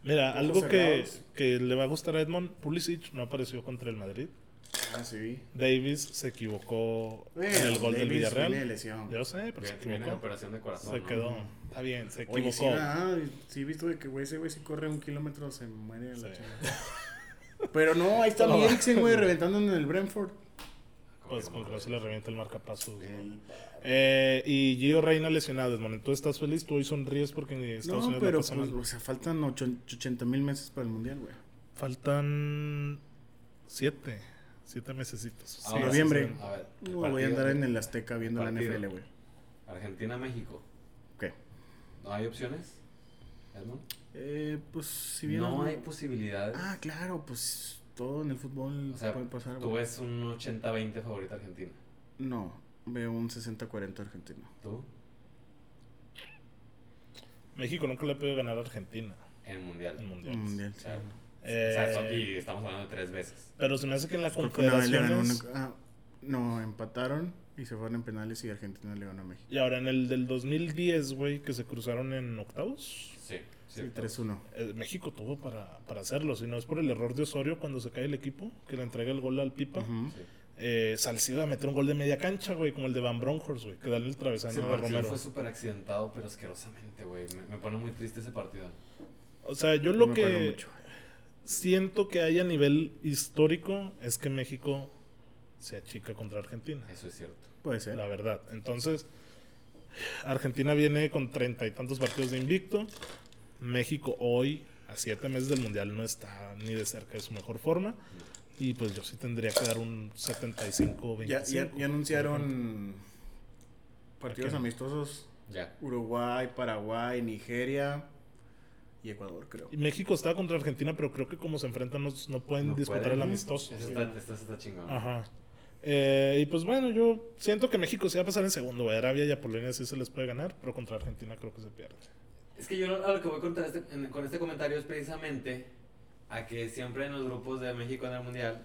A: Mira,
C: Ojos
A: algo que,
C: cerrados.
A: que le va a gustar a Edmond, Pulisic no apareció contra el Madrid.
C: Ah, sí.
A: Davis se equivocó en
C: Bueno,
A: el gol del
C: Davis
A: Villarreal.
C: viene de lesión.
A: Yo sé, pero se
B: Viene- Viene de
A: equivocó.
B: operación de corazón.
A: Pues, Se
B: ¿no?
A: quedó. Está bien, se
C: Oye, sí,
A: equivocó.
C: ah, sí, he visto de que güey, ese güey si corre un kilómetro se muere de la
A: Sí.
C: chingada. Pero no, ahí
A: [laughs]
C: está
A: No.
C: mi Eriksen, güey, reventando en el Brentford.
B: Como
A: Pues
B: que
A: con
B: no.
A: Croacia le revienta el marcapasos. ¿no? Eh, y Gio Reina lesionado, Edmond. Tú estás feliz, tú hoy sonríes porque ni Estados
C: No,
A: Unidos
C: pero
A: no pasa
C: pues,
A: nada.
C: o sea, faltan ocho- 80 mil meses para el mundial, güey.
A: Faltan siete, siete mesecitos. Sí,
B: Ahora,
C: noviembre.
A: sí, sí.
B: A ver,
C: No, voy a
B: partido.
C: andar en el Azteca viendo
B: Partido.
C: la NFL, güey.
B: Argentina-México.
C: ¿Qué?
B: ¿No hay opciones? Edmond?
C: Eh, pues si bien.
B: no hay posibilidades.
C: Ah, claro, pues todo en el fútbol
B: o sea,
C: puede pasar.
B: tú
C: güey.
B: ves un 80-20 favorito Argentina.
C: No, veo un 60-40 argentino.
B: ¿Tú?
A: México nunca le ha podido ganar a Argentina
B: En
A: en
B: mundial.
A: mundiales.
C: Mundial, sí.
B: Claro.
A: Eh,
B: O sea, son- y estamos hablando de tres veces.
A: Pero se me hace que en la
C: Creo que una vez le ganó
A: Confederaciones
C: una- ah, no, empataron y se fueron en penales y Argentina le ganó a México.
A: y ahora en el del 2010, güey, que se cruzaron en octavos.
B: Sí.
C: Sí,
B: cierto.
C: 3-1.
A: eh, México tuvo para, para hacerlo, si no es por el error de Osorio cuando se cae el equipo, que le entrega el gol al Pipa.
C: Ujú.
B: Sí.
A: eh, Salcido a meter un gol de media cancha, güey, como el de Van Bronckhorst, güey, que dale el travesaño
B: Ese
A: a
B: partido
A: Romero.
B: fue súper accidentado, pero asquerosamente, güey. Me, me pone muy triste ese partido.
A: O sea, yo lo
C: No me acuerdo
A: que
C: mucho.
A: siento que hay a nivel histórico es que México se achica contra Argentina,
B: Eso es cierto.
C: Puede ser.
A: la verdad. Entonces, Argentina viene con treinta y tantos partidos de invicto. México hoy, a siete meses del Mundial, no está ni de cerca de su mejor forma. Y pues yo sí tendría que dar un 75
C: Ya,
A: 25
C: ya, ya anunciaron
A: ¿Para
C: partidos
A: qué?
C: amistosos.
B: Ya.
C: Uruguay, Paraguay, Nigeria y Ecuador, creo.
A: Y México está contra Argentina, pero creo que como se enfrentan no, no pueden
B: No
A: disputar
B: pueden.
A: el amistoso.
B: Eso está, esto está chingón.
A: Ajá. Eh, y pues bueno, yo siento que México se va a pasar en segundo. güey. Arabia y a Polonia sí se les puede ganar, pero contra Argentina creo que se pierde.
B: Es que yo lo- a lo que voy con este, en- con este comentario es precisamente a que siempre en los grupos de México en el Mundial,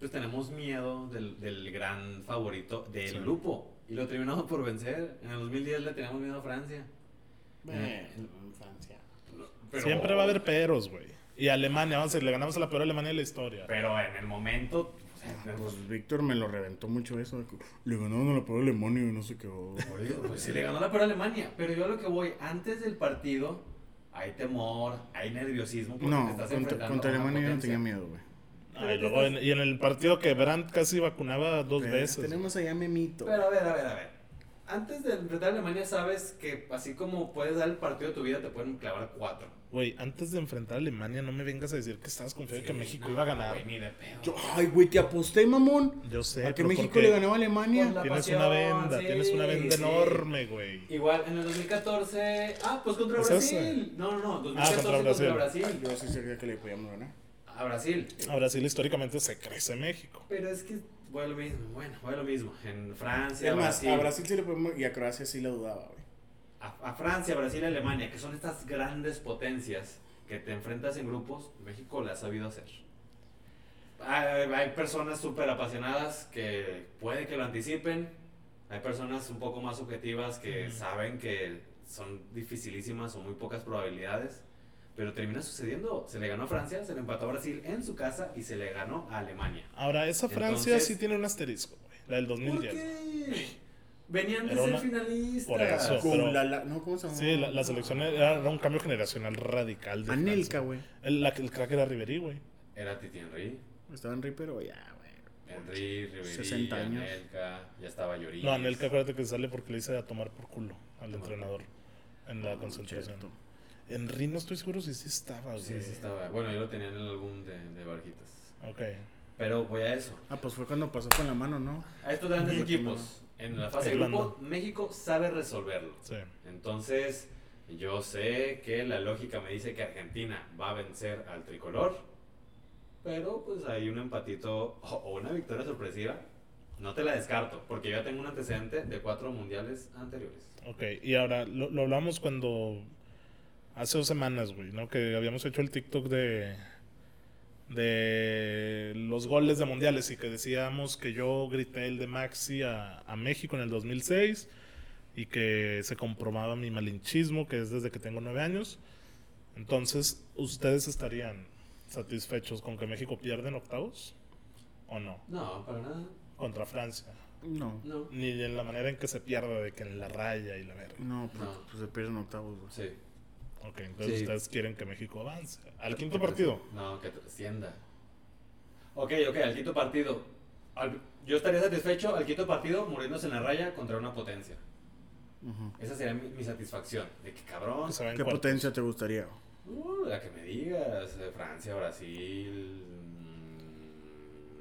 B: pues tenemos miedo del, del gran favorito del
A: Sí.
B: grupo. Y lo terminamos por vencer. En el 2010 le teníamos miedo a Francia. Bueno,
C: Francia.
B: Pero-
A: Siempre va a haber peros, güey. Y Alemania, vamos a decir, le ganamos a la peor Alemania de la historia.
B: Pero en el momento... o sea, pues,
C: Pues Víctor me lo reventó mucho eso. de que Le ganaron a la
B: [laughs]
C: pobre Alemania y no sé qué.
B: Pues se le ganó la peor Alemania. Pero yo a lo que voy, antes del partido, hay temor, hay nerviosismo. Porque te
C: No,
B: estás
C: contra,
B: enfrentando
C: contra
B: a una
C: Alemania yo no
B: potencia.
C: tenía miedo, güey.
A: Ah, y, luego en- y en el partido que Brandt casi vacunaba dos
C: Pero
A: veces.
C: Eh, Tenemos allá Memito.
B: Pero a ver, a ver, a ver. Antes de enfrentar a Alemania, sabes que así como puedes dar el partido de tu vida, te pueden clavar cuatro.
A: Güey, antes de enfrentar a Alemania, no me vengas a decir que estabas confiado en que
B: Sí,
A: México
B: no,
A: iba a ganar.
B: güey, ni de pedo.
C: Yo, ay, güey, te aposté, mamón.
A: Yo sé,
C: A que
A: pero
C: México
A: porque
C: le ganó a
B: Por
C: Alemania.
B: la-
A: Tienes
B: pasión,
A: una venda,
B: sí,
A: tienes una venda
B: sí.
A: enorme, güey.
B: Igual en el 2014. Ah, pues contra
A: ¿Es
B: Brasil.
A: ese?
B: No, no, no. 2014
A: Ah, contra
B: contra Brasil. Brasil.
C: Yo sí sabía que le podíamos ganar.
B: A Brasil.
A: A Brasil históricamente se crece México.
B: Pero es que voy a lo mismo. Bueno, voy a lo mismo. En Francia,
C: Es más,
B: Brasil.
C: a Brasil sí le podemos. Y a Croacia sí le dudaba, güey.
B: a- a Francia, Brasil y Alemania, que son estas grandes potencias que te enfrentas en grupos, México la ha sabido hacer. Hay, hay personas súper apasionadas que puede que lo anticipen, hay personas un poco más subjetivas que saben que son dificilísimas o muy pocas probabilidades, pero termina sucediendo. Se le ganó a Francia, se le empató a Brasil en su casa y se le ganó a Alemania.
A: Ahora, esa Francia
B: Entonces-
A: sí tiene un asterisco, güey. La del
B: ¿Por
A: 2010.
B: qué? Venían de
A: Era
B: ser
A: una-
B: finalistas.
A: por eso.
C: Con
A: pero-
C: la, la- No, ¿cómo se llama?
A: Sí, la, la selección era, era un cambio generacional radical. de
C: Anelka,
A: Francia.
C: güey.
A: El, la- el crack era Ribery, güey.
B: Era Titi Henry.
C: Estaba en Reaper, güey, ya, güey.
B: Henry, Ribery,
C: 60 años.
B: Anelka, ya estaba Lloris.
A: No, Anelka, acuérdate que sale porque le dice a tomar por culo al
B: tomar por
A: entrenador en la
C: Ah,
A: concentración.
C: cierto.
A: Henry, no estoy seguro si sí estaba, güey.
B: Sí, sí estaba. Bueno, yo lo tenía en el álbum de, de Barquitas.
A: Ok.
B: Pero voy a eso.
C: Ah, pues fue cuando pasó con la mano, ¿no?
B: A estos grandes
C: Ujú.
B: equipos, en la fase de
A: Irlanda.
B: grupo, México sabe resolverlo.
A: Sí.
B: Entonces, yo sé que la lógica me dice que Argentina va a vencer al tricolor. Pero pues hay un empatito o o una victoria sorpresiva. No te la descarto, porque yo ya tengo un antecedente de cuatro mundiales anteriores.
A: Ok, y ahora lo, lo hablamos cuando. Hace dos semanas, güey, ¿no? Que habíamos hecho el TikTok de. de los goles de mundiales y que decíamos que yo grité el de Maxi a, a México en el 2006 y que se comprobaba mi malinchismo, que es desde que tengo nueve años. Entonces, ¿ustedes estarían satisfechos con que México pierda en octavos? ¿O no?
B: No, para nada.
A: Contra Francia.
C: No.
B: No.
A: Ni en la manera en que se pierda, de que en la raya y la verga.
C: No, porque
B: No.
C: pues, se pierden octavos, güey.
B: Sí.
A: Ok, entonces
B: Sí.
A: ustedes quieren que México avance. Al quinto partido.
B: No, que trascienda. Ok, ok, al quinto partido. Al- yo estaría satisfecho al quinto partido muriéndose en la raya contra una potencia.
C: Ujú.
B: Esa sería mi, mi satisfacción. De que cabrón.
A: que se va en
C: ¿Qué
A: cuarto.
C: potencia te gustaría? güey?
B: uh, la que me digas. eh, Francia, Brasil.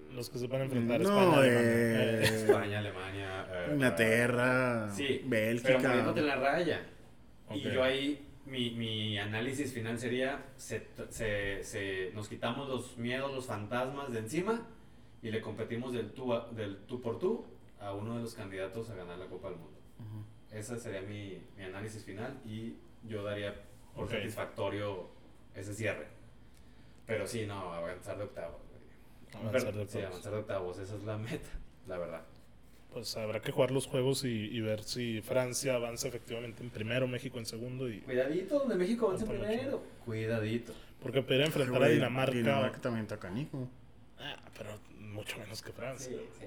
B: mm,
A: Los que se van a enfrentar a
C: No,
A: España. Alemania.
C: eh,
A: Eh,
B: España, Alemania. eh,
C: Inglaterra,
B: Sí,
C: Bélgica.
B: Pero muriéndote en la raya.
A: Ok.
B: Y yo ahí, mi, mi análisis final sería, se, se- se- nos quitamos los miedos, los fantasmas de encima y le competimos del tú, a- del tú por tú a uno de los candidatos a ganar la Copa del Mundo.
C: Ujú.
B: Ese sería mi, mi análisis final y yo daría por
A: Ok.
B: satisfactorio ese cierre. Pero sí, no, avanzar de octavos. güey.
A: avanzar de
B: Pero- sí,
A: octavos.
B: avanzar de octavos, esa es la [laughs] meta, la verdad.
A: Pues habrá que jugar los juegos y, y ver si Francia avanza efectivamente en primero, México en segundo. y
B: Cuidadito, donde México avance
A: Ojalá.
B: primero. Cuidadito.
A: Porque podría enfrentar
C: Güey,
A: a Dinamarca.
C: Dinamarca también está canijo.
A: Ah, pero mucho menos que
B: Sí,
A: Francia.
B: sí,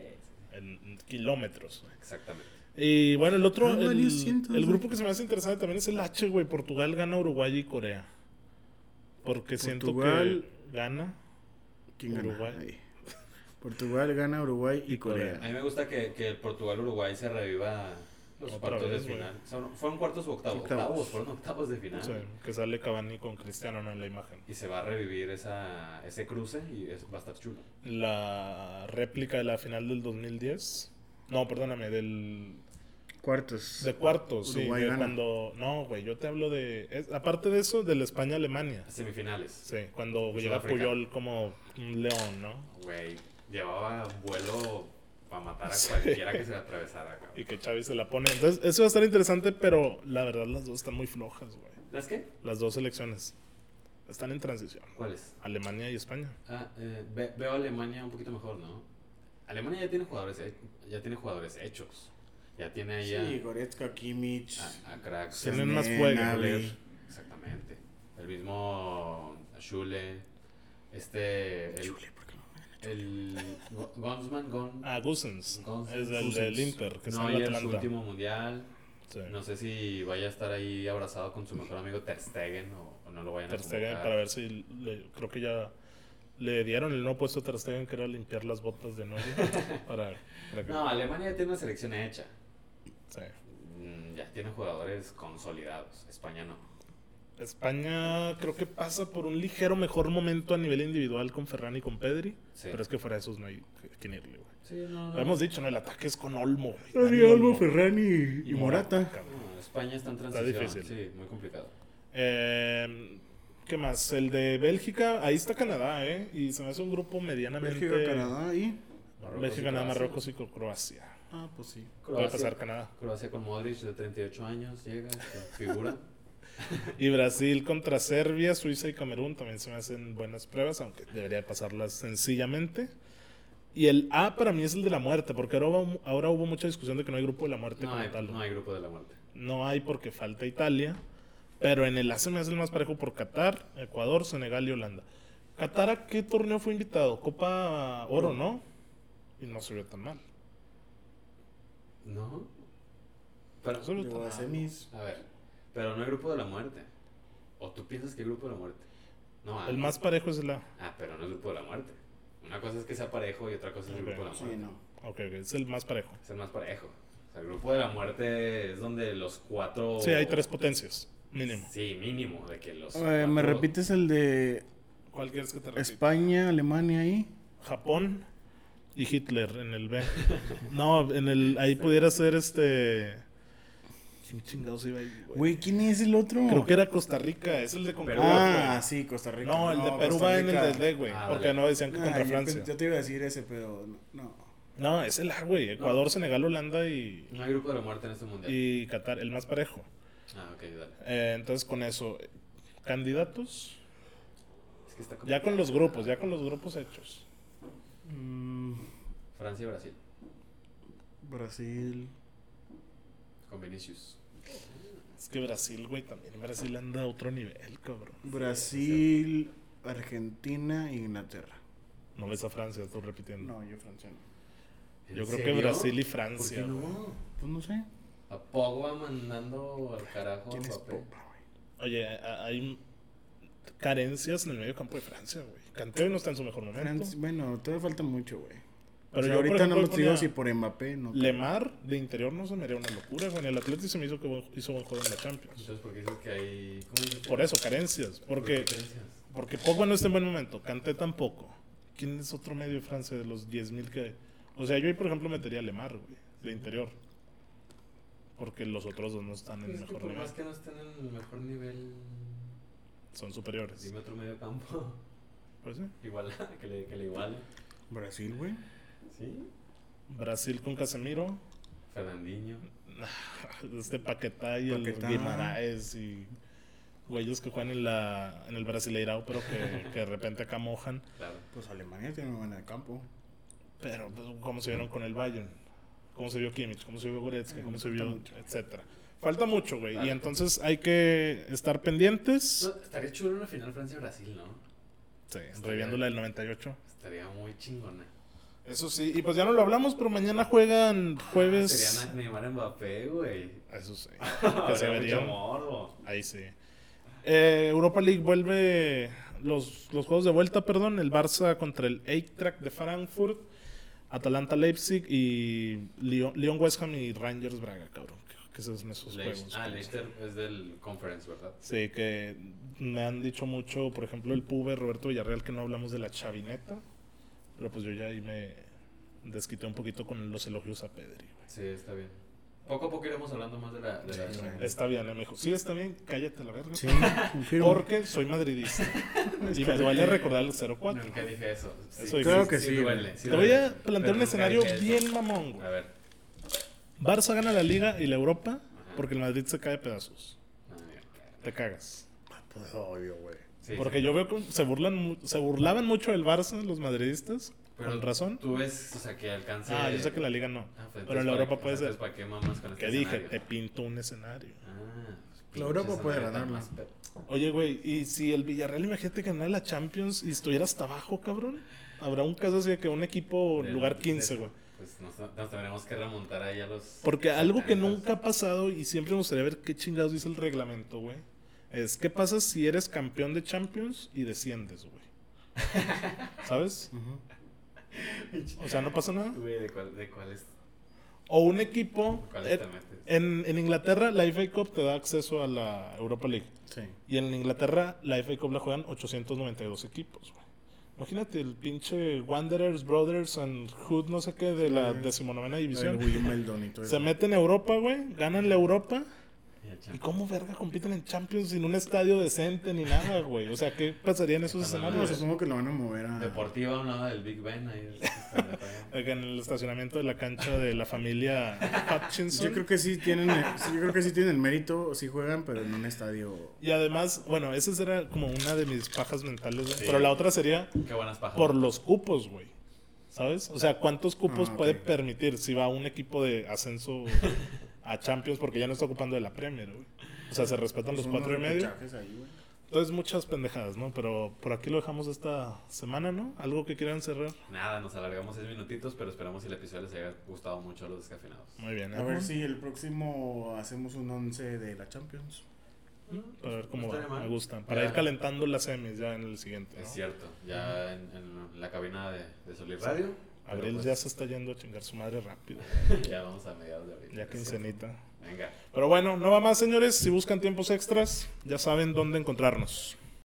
A: En kilómetros.
B: Exactamente.
A: Y bueno, el otro.
C: Ah,
A: el,
C: valió cientos,
A: el
C: ¿no?
A: grupo que se me hace interesante también es el H, güey. Portugal gana Uruguay y Corea. Porque siento
C: Portugal-
A: que gana.
C: ¿Quién gana?
A: Uruguay.
C: Ahí. Portugal gana Uruguay y Corea.
B: A mí me gusta que, que el Portugal-Uruguay se reviva los
A: Otra
B: cuartos
A: vez,
B: de
A: güey.
B: final. Son- fueron cuartos o octavos.
C: Octavos.
B: Octavos, fueron octavos de final.
A: O sea, que sale Cavani con Cristiano ¿no? en la imagen.
B: Y se va a revivir esa, ese cruce y es- va a estar chulo.
A: La réplica de la final del 2010. No, perdóname, del
C: Cuartos.
A: de cuartos, sí,
C: Uruguay
A: de
C: gana.
A: cuando no, güey, yo te hablo de es- aparte de eso del España Alemania.
B: Semifinales.
A: Sí, cuando llega
B: Sudáfrica.
A: Puyol como un león, ¿no?
B: Güey, llevaba vuelo para matar a cualquiera que se le atravesara. cabrón.
A: Y que Xavi se la pone. Entonces, eso va a estar interesante, pero la verdad las dos están muy flojas, güey.
B: ¿Las qué?
A: Las dos selecciones están en transición.
B: ¿Cuáles?
A: Alemania y España.
B: Ah, eh, ve- veo a Alemania un poquito mejor, ¿no? Alemania ya tiene jugadores, he- ya tiene jugadores hechos. Ya Ah, tiene ahí a-
C: Sí, Goretzka, Kimmich.
B: a, a cracks.
A: Sí, Tienen más
C: Nena,
A: juego,
C: güey.
A: güey.
B: Exactamente. El mismo Schule, este, el,
C: Chule, ¿por qué no?
B: el Go- Gonsman, Gon-
A: Ah, Gusens.
B: Gosens.
A: Es el del
C: Gosens.
A: Inter, que está
B: no
A: en la
B: ayer su
A: Atlanta.
B: último mundial.
A: Sí.
B: No sé si vaya a estar ahí abrazado con su mejor amigo Ter Stegen o, o no lo vayan
A: Ter
B: a
A: Stegen,
B: convocar.
A: para ver si le- creo que ya le dieron el no puesto a Ter Stegen, que era limpiar las botas de nuevo.
B: [laughs]
A: para, para que-
B: No, Alemania ya tiene una selección hecha.
A: sí.
B: Mm, Ya tiene jugadores consolidados. España no.
A: España creo que pasa por un ligero mejor momento a nivel individual con Ferran y con Pedri.
B: Sí.
A: Pero es que fuera de esos no hay que- quien irle, güey.
B: Sí, no,
A: Lo
B: no.
A: hemos dicho, ¿no? El ataque es con Olmo. güey. Dani
C: Dani Albo,
A: Olmo.
C: Ferran y, y
A: Y
C: Morata.
A: cabrón.
B: No, España está en transición.
A: difícil.
B: Sí, muy complicado.
A: Eh, ¿Qué más? El de Bélgica, ahí está Canadá, ¿eh? Y se me hace un grupo medianamente...
C: México, Canadá y.
A: México, Canadá,
B: Croacia.
A: Marruecos y con Croacia.
C: Ah, pues sí.
A: Puede
B: Croacia,
A: pasar Canadá.
B: Croacia con Modric de 38 años,
A: [laughs]
B: llega, se figura.
A: Y Brasil contra Serbia, Suiza y Camerún también se me hacen buenas pruebas, aunque debería pasarlas sencillamente. Y el A para mí es el de la muerte, porque ahora hubo, ahora hubo mucha discusión de que no hay grupo de la muerte
B: No
A: como
B: hay,
A: tal.
B: no hay grupo de la muerte.
A: No hay porque falta Italia. Pero en el A se me hace el más parejo por Qatar, Ecuador, Senegal y Holanda. ¿Qatar a qué torneo fue invitado? Copa Oro, ¿no? Y no se vio tan mal.
B: ¿No? Pero,
A: Solo
C: Llegó a
A: tan-
C: semis.
B: a ver, pero no hay grupo de la muerte. ¿O tú piensas que hay grupo de la muerte? No, ah,
A: El
B: no.
A: más parejo es el A.
B: Ah, pero no es grupo de la muerte. Una cosa es que sea parejo y otra cosa es el
A: Ok.
B: grupo de la
C: Sí,
B: muerte.
C: no.
A: Ok, ok, es el más parejo.
B: Es el más parejo. O sea, el grupo de la muerte es donde los cuatro.
A: Sí, hay tres potencias, mínimo.
B: Sí, mínimo. De que los.
C: Eh, ¿Me
B: cuatro-
C: repites el de
A: ¿Cuál quieres que te
C: España, Alemania y.
A: Japón y Hitler en el B. [laughs] No, en el ahí pudiera ser este. ¿Quién chingados iba ahí, güey?
C: Güey, ¿quién es el otro?
A: Creo que era Costa Rica, es el de con
B: Perú.
A: Perú,
C: Ah,
A: güey.
C: sí, Costa Rica.
A: No, el de Perú
C: Costa
A: va en el
C: Rica.
A: del D, güey.
B: Ah,
A: porque
B: dale.
A: no decían que
C: Ah,
A: contra
C: yo,
A: Francia.
C: pen- yo te iba a decir ese, pero no. no.
A: No, es el A, güey. Ecuador, Senegal, Holanda y,
B: No hay grupo de la muerte en este mundial.
A: y Qatar, el más parejo.
B: Ah, ok, dale.
A: Eh, entonces, con eso, candidatos,
B: Es que está como-
A: ya con los grupos, ya con los grupos hechos.
C: Mm,
B: Francia y Brasil.
C: Brasil.
B: Con Vinicius.
A: Es que Brasil, güey, también. Brasil anda a otro nivel, cabrón.
C: Brasil, Argentina, Inglaterra.
A: No ves a Francia, estoy repitiendo.
C: No, yo Francia no.
B: ¿En
A: Yo creo
B: serio?
A: que Brasil y
B: ¿Por
A: Francia.
B: qué
A: güey.
B: no?
C: Pues no sé.
B: A Pogba mandando al carajo
C: ¿Quién
B: a
C: es
B: Mbappé.
C: Pogba, güey?
A: Oye, a- hay carencias en el medio campo de Francia, güey. Canteo no está en su mejor momento.
C: Francia- bueno, todavía falta mucho, güey.
A: Pero
C: Pero
A: yo, por
C: ahorita
A: ejemplo,
C: no lo digo
A: ponía-
C: si por Mbappé no.
A: Lemar de interior no se me haría una locura, güey. En El Atlético se me hizo que buen- hizo buen juego en la Champions.
B: Entonces, ¿por qué dices que hay. ¿Cómo dices?
A: Por eso, carencias.
B: ¿Por qué
A: Porque,
B: diferencias?
A: porque Pogba no está en buen momento. Canté tampoco. ¿Quién es otro medio de Francia de los 10.000 que... O sea, yo ahí, por ejemplo, metería a Lemar, güey. De interior. Porque los otros dos no están en
B: Pues
A: el
B: es que
A: mejor
B: por
A: nivel.
B: más que no estén en el mejor nivel,
A: Son superiores.
B: dime otro medio campo. [laughs]
A: Pues sí.
B: Igual, [laughs] que le, que le iguale.
C: Brasil, güey.
B: ¿Sí?
A: Brasil con Casemiro.
B: Fernandinho.
A: Este Paquetá y el
C: Paquetá.
A: Guimaraes y güeyes que juegan en, la, en el Brasileirao, pero que, que de repente acá mojan.
B: Claro.
C: Pues Alemania tiene una buena de campo.
A: Pero, pues, ¿cómo se vieron con el Bayern? ¿Cómo se vio Kimmich? ¿Cómo se vio Goretzka? ¿Cómo se vio? Etcétera. Falta mucho, güey. Y
B: Claro.
A: entonces hay que estar pendientes.
B: No, estaría chulo una final Francia-Brasil, ¿no?
A: Sí, reviviendo la del 98.
B: Estaría muy chingona.
A: Eso sí. Y pues ya no lo hablamos, pero mañana juegan
B: Sería
A: jueves.
B: Na- Neymar Mbappé, güey.
A: Eso [laughs] sí. Que se
B: Habría mucho
A: vería.
B: morbo.
A: Ahí sí. Eh, Europa League vuelve los, los juegos de vuelta, perdón. El Barça contra el Eintracht de Frankfurt, Atalanta Leipzig y Lyon, Lyon, West Ham y Rangers Braga, cabrón. Que, que esos son esos
B: Leich-
A: juegos.
B: ah, Leicester es del Conference, ¿verdad?
A: Sí, que me han dicho mucho, por ejemplo, el Pube, Roberto Villarreal, que no hablamos de la chavineta. Pero pues yo ya ahí me desquité un poquito con los elogios a Pedri. güey.
B: Sí, está bien. Poco a poco iremos hablando más de la... De la-
C: Sí, güey.
A: Está bien, eh, me dijo. Sí, está bien, cállate la verga.
C: [laughs] Sí, confirmo.
A: Porque soy
B: [laughs]
A: madridista. y me duele recordar el 0-4.
B: Nunca dije eso. Sí,
A: Eso
C: Claro
A: existe.
C: que sí. güey.
B: duele, sí
A: Te voy
B: duele.
A: a plantear
B: Pero
A: un
B: nunca
A: escenario
B: dije eso.
A: bien mamón,
B: A
A: güey.
B: ver.
A: Barça gana la Liga y la Europa
B: Ajá.
A: porque el Madrid se cae a pedazos.
B: Ah, mira.
A: Te cagas.
C: Pues obvio, güey.
B: Sí,
A: porque
B: sí.
A: yo veo que se, burlan, mu- se burlaban mucho del Barça los madridistas.
B: Pero
A: con razón.
B: Tú ves, o sea, que alcanza.
A: Ah, yo sé que la Liga no.
B: Ah, pues,
A: pero
B: entonces,
A: en la Europa
B: ¿para-
A: puede
B: entonces,
A: ser.
B: ¿Para qué mamas con este
A: Que dije, eh. te
B: escenario?
A: pinto un escenario.
B: Ah, pues,
C: La Europa
B: pinches
C: puede
B: escenario tan
C: ganarla.
B: más pe-
A: Oye, güey, y si el Villarreal, imagínate que ganara la Champions y estuviera hasta abajo, cabrón. Habrá un caso así de que un equipo
B: del-
A: lugar
B: del-
A: 15, güey.
B: Pues pues nos, nos tendremos que remontar ahí a los...
A: Porque algo que
B: 70s.
A: nunca ha pasado y siempre me gustaría ver qué chingados dice el reglamento, güey. Es qué pasa si eres campeón de Champions y desciendes, güey. ¿Sabes? O sea, no pasa nada.
B: Güey, ¿de cuál, de cuál es?
A: O un equipo.
B: ¿Cuál
A: eh,
B: te metes?
A: En, en Inglaterra, la FA Cup te da acceso a la Europa League.
C: Sí.
A: Y en Inglaterra, la FA Cup la juegan 892 equipos, güey. Imagínate el pinche Wanderers, Brothers and Hood, no sé qué, de la decimonovena
C: El
A: división.
C: Will Meldon y todo
A: Se
C: eso.
A: meten a Europa, güey. Ganan la Europa.
B: Y el
A: ¿Y
B: champ-
A: cómo verga compiten en Champions sin un estadio decente ni nada, güey? O sea, ¿qué pasaría en esos
C: No,
A: escenarios?
C: supongo que lo van a mover a.
B: Deportiva a un lado del Big Ben, ahí el-
A: [laughs] Acá En el estacionamiento de la cancha de la familia Hutchinson.
C: Yo creo que sí tienen, sí, yo creo que sí tienen el mérito, sí juegan, pero en un estadio.
A: Y además, bueno, esa era como una de mis pajas mentales, güey.
B: Sí.
A: Pero la otra sería
B: Qué buenas pajas.
A: por los cupos, güey. ¿Sabes? O sea, ¿cuántos cupos
C: Ah, ok.
A: puede permitir si va un equipo de ascenso a Champions? Porque ya no está ocupando de la Premier, güey. O sea, se respetan los
C: son
A: cuatro y
C: unos
A: medio.
C: repechajes ahí, güey.
A: Entonces, muchas pendejadas, ¿no? Pero por aquí lo dejamos esta semana, ¿no? Algo que quieran cerrar.
B: Nada, nos alargamos 6 minutitos, pero esperamos si el episodio les haya gustado mucho a los descafinados.
A: Muy bien. ¿eh?
C: A ver
A: Ajá.
C: si el próximo hacemos un 11 de la Champions.
A: A ver cómo
B: No
A: va.
B: estaría mal.
A: Me gustan. Mm, Para
B: Ya.
A: ir calentando las semis ya en el siguiente.
B: Es
A: ¿no?
B: cierto, pues, ya en, en la cabina de, de Solid Radio. pero
A: Abril
B: [laughs] pues,
A: ya se está yendo a chingar su madre rápido.
B: ya vamos a mediados de abril.
A: Ya quincenita.
B: Venga.
A: Pero bueno, no va más, señores. Si buscan tiempos extras, ya saben dónde encontrarnos.